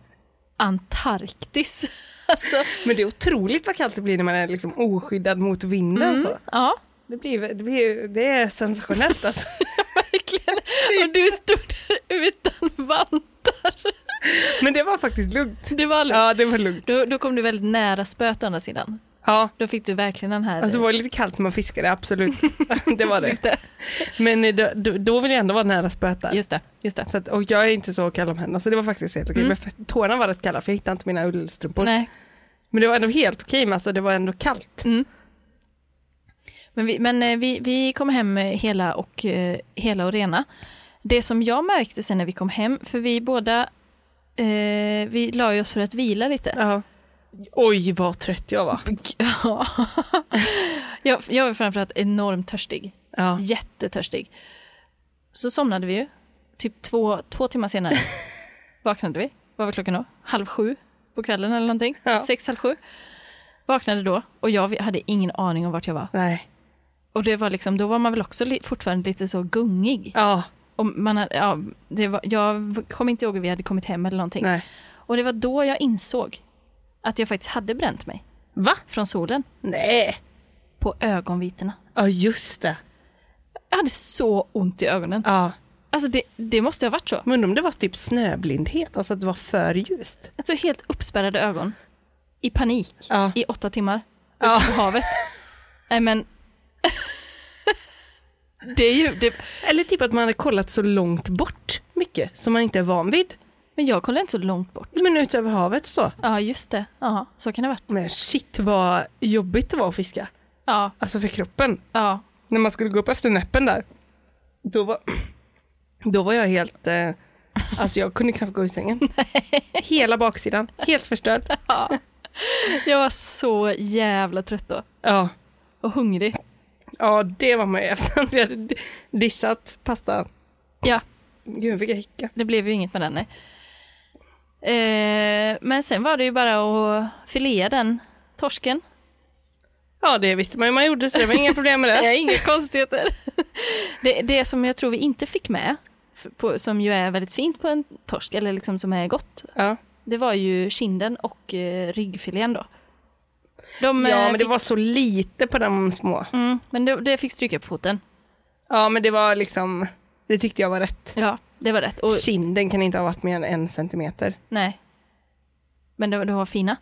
[SPEAKER 1] Antarktis. alltså,
[SPEAKER 2] Men det är otroligt vad kallt det blir när man är liksom oskyddad mot vinden. Så.
[SPEAKER 1] ja,
[SPEAKER 2] Det, blir, det, blir, det är sensationellt alltså.
[SPEAKER 1] verkligen. Och du stod där utan vantar.
[SPEAKER 2] Men det var faktiskt lugnt.
[SPEAKER 1] Det var lugnt.
[SPEAKER 2] Ja, det var lugnt.
[SPEAKER 1] Då, då kom du väldigt nära spöet å andra sidan.
[SPEAKER 2] Ja.
[SPEAKER 1] Då fick du verkligen den här...
[SPEAKER 2] Alltså det var lite kallt när man fiskade, absolut. det var det. Men eh, då, då- då vill jag ändå vara nära spöet där.
[SPEAKER 1] just det, just det.
[SPEAKER 2] Så att, och jag är inte så kall om händerna så det var faktiskt helt okej. Men för, tårna var rätt kalla för jag hittade inte mina ullstrumpor.
[SPEAKER 1] Nej,
[SPEAKER 2] Men det var ändå helt okej, men alltså, det var ändå kallt.
[SPEAKER 1] men, vi, men eh, vi, vi kom hem eh, hela och, eh, hela och rena. Det som jag märkte sen när vi kom hem, för vi båda, eh, vi la ju oss för att vila lite.
[SPEAKER 2] Ja. Oj vad trött jag var.
[SPEAKER 1] Ja. jag, jag var framförallt enormt törstig.
[SPEAKER 2] Ja.
[SPEAKER 1] Jättetörstig. Så somnade vi ju. Typ två, två timmar senare vaknade vi. Vad var klockan då? Halv sju på kvällen eller någonting.
[SPEAKER 2] Ja.
[SPEAKER 1] Sex, halv sju. Vaknade då och jag hade ingen aning om vart jag var.
[SPEAKER 2] Nej.
[SPEAKER 1] Och det var liksom, då var man väl också li- fortfarande lite så gungig.
[SPEAKER 2] Ja.
[SPEAKER 1] Och man hade, ja, det var, jag kommer inte ihåg hur vi hade kommit hem eller någonting.
[SPEAKER 2] Nej.
[SPEAKER 1] Och det var då jag insåg att jag faktiskt hade bränt mig
[SPEAKER 2] Va?
[SPEAKER 1] från solen
[SPEAKER 2] Nej.
[SPEAKER 1] på ögonvitorna.
[SPEAKER 2] Ja just det.
[SPEAKER 1] Jag hade så ont i ögonen.
[SPEAKER 2] Ja.
[SPEAKER 1] Alltså det, det måste ha varit så.
[SPEAKER 2] Men undrar om det var typ snöblindhet, alltså att det var för ljust.
[SPEAKER 1] Alltså helt uppspärrade ögon. I panik.
[SPEAKER 2] Ja.
[SPEAKER 1] I åtta timmar.
[SPEAKER 2] Ja.
[SPEAKER 1] På havet. Nej men. det är ju... Det...
[SPEAKER 2] Eller typ att man hade kollat så långt bort mycket som man inte är van vid.
[SPEAKER 1] Men jag kollade inte så långt bort.
[SPEAKER 2] Men ut över havet så.
[SPEAKER 1] Ja just det. Ja, så kan det ha varit.
[SPEAKER 2] Men shit vad jobbigt det var att fiska.
[SPEAKER 1] Ja,
[SPEAKER 2] Alltså för kroppen.
[SPEAKER 1] ja.
[SPEAKER 2] När man skulle gå upp efter näppen där. Då var, då var jag helt... Eh, alltså jag kunde knappt gå ur sängen. Hela baksidan, helt förstörd.
[SPEAKER 1] Jag var så jävla trött då.
[SPEAKER 2] Ja,
[SPEAKER 1] Och hungrig.
[SPEAKER 2] Alltså, ja det var man ju eftersom vi hade dissat pasta.
[SPEAKER 1] Ja,
[SPEAKER 2] Gud, vilka hicka.
[SPEAKER 1] Det blev ju inget med den, nej. Eh, men sen var det ju bara att filea den torsken.
[SPEAKER 2] Ja, det visste man ju man gjorde, så det var inga problem med det.
[SPEAKER 1] är inga konstigheter. det, det som jag tror vi inte fick med, f- på, som ju är väldigt fint på en torsk, eller liksom som är gott,
[SPEAKER 2] Ja,
[SPEAKER 1] det var ju kinden och eh, ryggfilén då. De,
[SPEAKER 2] ja
[SPEAKER 1] eh,
[SPEAKER 2] men det
[SPEAKER 1] fick,
[SPEAKER 2] var så lite på de små.
[SPEAKER 1] mm, men det, det fick stryka på foten.
[SPEAKER 2] Ja, men det var liksom, det tyckte jag var rätt.
[SPEAKER 1] Ja, det var rätt. Och,
[SPEAKER 2] Kinden kan inte ha varit mer än en centimeter.
[SPEAKER 1] nej. Men de, de var fina.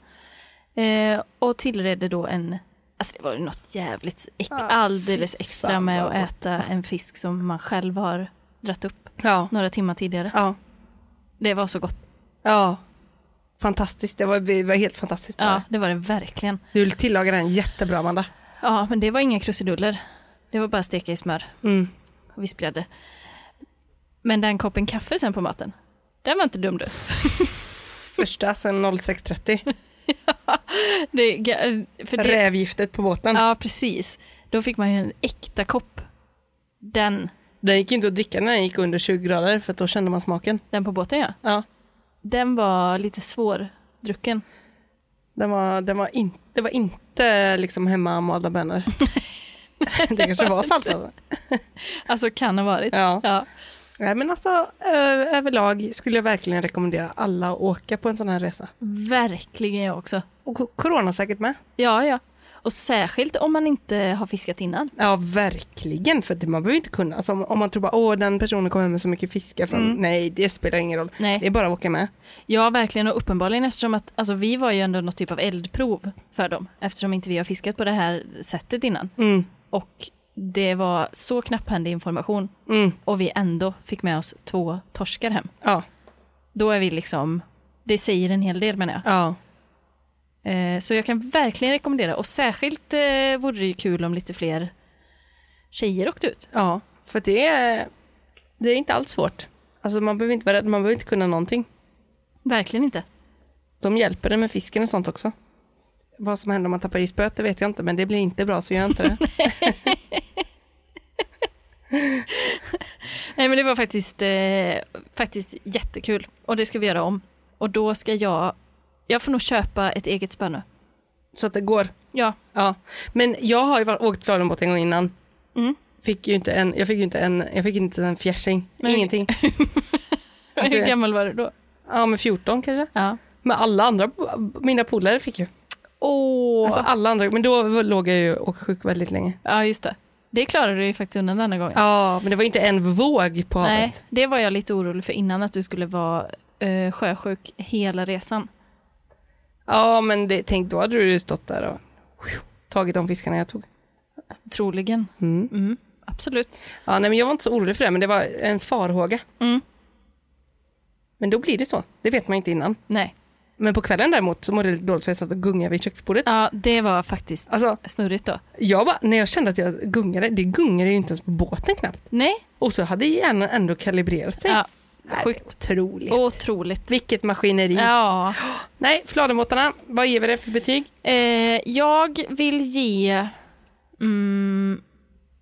[SPEAKER 1] Eh, och tillredde då en, alltså det var ju något jävligt, äck,
[SPEAKER 2] Ah,
[SPEAKER 1] alldeles
[SPEAKER 2] fy
[SPEAKER 1] extra
[SPEAKER 2] fan,
[SPEAKER 1] med
[SPEAKER 2] vad
[SPEAKER 1] att äta en fisk som man själv har dratt upp
[SPEAKER 2] Ja.
[SPEAKER 1] några timmar tidigare.
[SPEAKER 2] Ja.
[SPEAKER 1] Det var så gott.
[SPEAKER 2] Ja. Fantastiskt, det var, det var helt fantastiskt. det
[SPEAKER 1] Ja,
[SPEAKER 2] var.
[SPEAKER 1] det var det verkligen.
[SPEAKER 2] Du tillagade den jättebra, Amanda.
[SPEAKER 1] Ja, men det var inga krusiduller. Det var bara steka i smör
[SPEAKER 2] Mm.
[SPEAKER 1] och vispgrädde. Men den koppen kaffe sen på maten, den var inte dum du.
[SPEAKER 2] Första sen 06.30.
[SPEAKER 1] Det, är ga- eh, för det,
[SPEAKER 2] Rävgiftet på båten.
[SPEAKER 1] ja, precis. Då fick man ju en äkta kopp. Den,
[SPEAKER 2] Den gick ju inte att dricka när den gick under 20 grader för att då kände man smaken.
[SPEAKER 1] den på båten ja.
[SPEAKER 2] Ja.
[SPEAKER 1] Den var lite svårdrucken.
[SPEAKER 2] Den var, den var in, det var inte liksom hemmamalda bönor. det kanske var saltvatten.
[SPEAKER 1] Alltså kan ha varit.
[SPEAKER 2] Ja.
[SPEAKER 1] Ja.
[SPEAKER 2] Nej, men alltså ö- överlag skulle jag verkligen rekommendera alla att åka på en sån här resa.
[SPEAKER 1] Verkligen jag också.
[SPEAKER 2] Och co- corona säkert med.
[SPEAKER 1] Ja, ja. Och särskilt om man inte har fiskat innan.
[SPEAKER 2] Ja, verkligen. För det, man behöver inte kunna. Alltså, om, om man tror bara, åh den personen kommer med så mycket fiskar från. Nej, det spelar ingen roll.
[SPEAKER 1] Nej.
[SPEAKER 2] Det är bara att åka med.
[SPEAKER 1] Ja, verkligen. Och uppenbarligen eftersom att alltså, vi var ju ändå något typ av eldprov för dem. Eftersom inte vi har fiskat på det här sättet innan.
[SPEAKER 2] Mm.
[SPEAKER 1] Och det var så knapphändig information
[SPEAKER 2] Mm.
[SPEAKER 1] och vi ändå fick med oss två torskar hem.
[SPEAKER 2] Ja.
[SPEAKER 1] Då är vi liksom, det säger en hel del menar jag.
[SPEAKER 2] ja.
[SPEAKER 1] Eh, så jag kan verkligen rekommendera och särskilt eh, vore det ju kul om lite fler tjejer åkte ut.
[SPEAKER 2] Ja, för det är, det är inte alls svårt. Alltså man behöver inte vara rädd, man behöver inte kunna någonting.
[SPEAKER 1] Verkligen inte.
[SPEAKER 2] De hjälper dig med fisken och sånt också. Vad som händer om man tappar i spöet, det vet jag inte, men det blir inte bra så gör inte det.
[SPEAKER 1] Nej men det var faktiskt, eh, faktiskt jättekul och det ska vi göra om. Och då ska jag, jag får nog köpa ett eget spö nu.
[SPEAKER 2] så att det går.
[SPEAKER 1] Ja,
[SPEAKER 2] Ja. Men jag har ju var- åkt slalombåt en gång innan.
[SPEAKER 1] Mm.
[SPEAKER 2] Fick ju inte en, jag fick ju inte en, jag fick inte en fjärsing.
[SPEAKER 1] Nej.
[SPEAKER 2] Ingenting. Alltså,
[SPEAKER 1] hur gammal var du då?
[SPEAKER 2] ja, men 14 kanske.
[SPEAKER 1] Ja.
[SPEAKER 2] Men alla andra, mina polare fick ju.
[SPEAKER 1] Åh,
[SPEAKER 2] Alltså alla andra, men då låg jag ju och sjuk väldigt länge.
[SPEAKER 1] ja just det. Det klarade du ju faktiskt undan denna gången.
[SPEAKER 2] Ja, men det var ju inte en våg på havet.
[SPEAKER 1] Nej, det var jag lite orolig för innan att du skulle vara eh, sjösjuk hela resan.
[SPEAKER 2] Ja, men det, tänk då hade du ju stått där och tagit de fiskarna jag tog.
[SPEAKER 1] Alltså, troligen.
[SPEAKER 2] Mm.
[SPEAKER 1] Mm, absolut.
[SPEAKER 2] Ja, nej, men jag var inte så orolig för det, men det var en farhåga.
[SPEAKER 1] Mm.
[SPEAKER 2] Men då blir det så. Det vet man ju inte innan.
[SPEAKER 1] Nej. Men
[SPEAKER 2] Men på kvällen däremot så mådde jag dåligt för jag satt och gungade vid köksbordet.
[SPEAKER 1] ja, det var faktiskt
[SPEAKER 2] Alltså-
[SPEAKER 1] snurrigt då.
[SPEAKER 2] Jag bara, när jag kände att jag gungade, det gungade ju inte ens på båten knappt.
[SPEAKER 1] Nej,
[SPEAKER 2] Och så hade hjärnan ändå kalibrerat sig.
[SPEAKER 1] ja,
[SPEAKER 2] Nej, det är Mm.
[SPEAKER 1] sjukt.
[SPEAKER 2] Otroligt.
[SPEAKER 1] Otroligt.
[SPEAKER 2] Vilket maskineri.
[SPEAKER 1] Ja.
[SPEAKER 2] Nej, fladenbåtarna, vad ger vi det för betyg?
[SPEAKER 1] Eh, jag vill ge... Mm,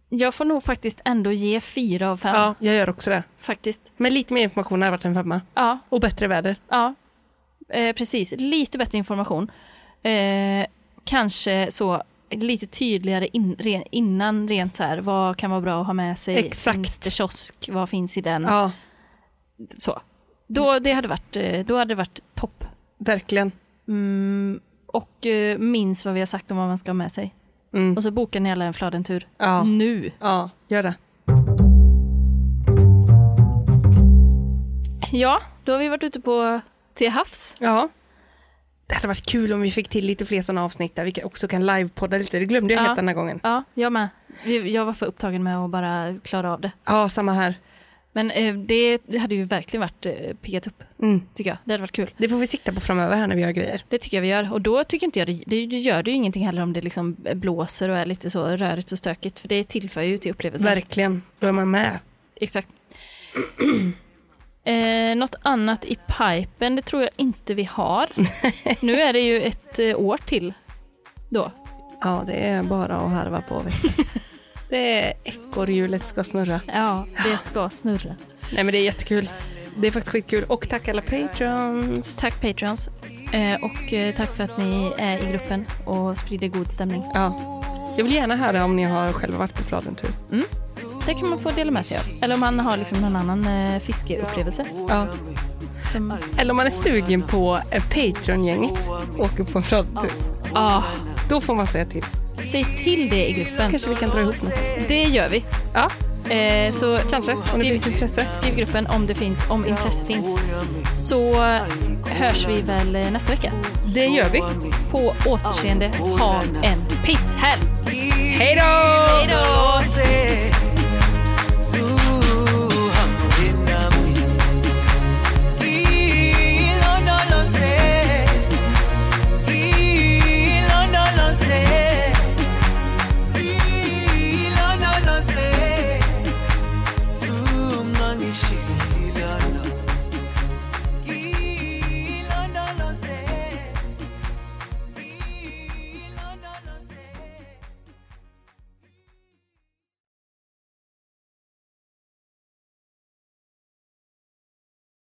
[SPEAKER 1] jag får nog faktiskt ändå ge fyra av fem.
[SPEAKER 2] Ja, jag gör också det.
[SPEAKER 1] Faktiskt.
[SPEAKER 2] Med lite mer information hade det varit en femma.
[SPEAKER 1] Ja,
[SPEAKER 2] Och bättre väder.
[SPEAKER 1] Ja, eh, precis. Lite bättre information. Eh, kanske så lite tydligare in, re, innan rent så här, vad kan vara bra att ha med sig?
[SPEAKER 2] Exakt.
[SPEAKER 1] Finns det kiosk? Vad finns i den?
[SPEAKER 2] Ja,
[SPEAKER 1] Så. Då, det hade varit, eh, då hade det varit topp.
[SPEAKER 2] verkligen.
[SPEAKER 1] Mm, och eh, minns vad vi har sagt om vad man ska ha med sig.
[SPEAKER 2] Mm.
[SPEAKER 1] Och så bokar ni alla en fladentur.
[SPEAKER 2] Ja.
[SPEAKER 1] Nu!
[SPEAKER 2] Ja, gör det.
[SPEAKER 1] Ja, då har vi varit ute på till havs.
[SPEAKER 2] Ja. Det hade varit kul om vi fick till lite fler sådana avsnitt där vi kan- också kan livepodda lite. Det glömde jag
[SPEAKER 1] Ja.
[SPEAKER 2] helt den här gången.
[SPEAKER 1] Ja, jag med. Vi- Jag var för upptagen med att bara klara av det.
[SPEAKER 2] Ja, samma här.
[SPEAKER 1] Men eh, det hade ju verkligen varit eh, piggat upp,
[SPEAKER 2] Mm.
[SPEAKER 1] tycker jag. Det hade varit kul.
[SPEAKER 2] Det får vi sikta på framöver här när vi gör grejer.
[SPEAKER 1] Det tycker jag vi gör. Och då tycker inte jag det, det gör det ju ingenting heller om det liksom blåser och är lite så rörigt och stökigt. För det tillför ju till upplevelsen.
[SPEAKER 2] Verkligen, då är man med.
[SPEAKER 1] Exakt. eh, något annat i pipen, det tror jag inte vi har. nu är det ju ett eh, år till då.
[SPEAKER 2] Ja, det är bara att harva på. Vet du. det är ekorrhjulet ska snurra.
[SPEAKER 1] Ja, det ska snurra.
[SPEAKER 2] Nej men det är jättekul. Det är faktiskt skitkul. Och tack alla patrons.
[SPEAKER 1] Tack Patreons eh, och eh, tack för att ni är i gruppen och sprider god stämning.
[SPEAKER 2] Ja. Jag vill gärna höra om ni har själva varit på typ. Fladentur.
[SPEAKER 1] Det kan man få dela med sig av. Eller om man har liksom någon annan eh, fiskeupplevelse.
[SPEAKER 2] Ja.
[SPEAKER 1] Som,
[SPEAKER 2] Eller om man är sugen på eh, Patreon-gänget åker på en Fladentur.
[SPEAKER 1] ah,
[SPEAKER 2] Då får man säga till.
[SPEAKER 1] säg till det i gruppen.
[SPEAKER 2] Kanske vi kan dra ihop något.
[SPEAKER 1] Det gör vi.
[SPEAKER 2] Ja,
[SPEAKER 1] Eh, så
[SPEAKER 2] kanske. Om det
[SPEAKER 1] Skriv-
[SPEAKER 2] finns intresse.
[SPEAKER 1] skriv gruppen om det finns, om intresse finns. Så eh, hörs vi väl eh, nästa vecka.
[SPEAKER 2] Det gör vi.
[SPEAKER 1] På återseende, ha en pisshelg!
[SPEAKER 2] Hej då!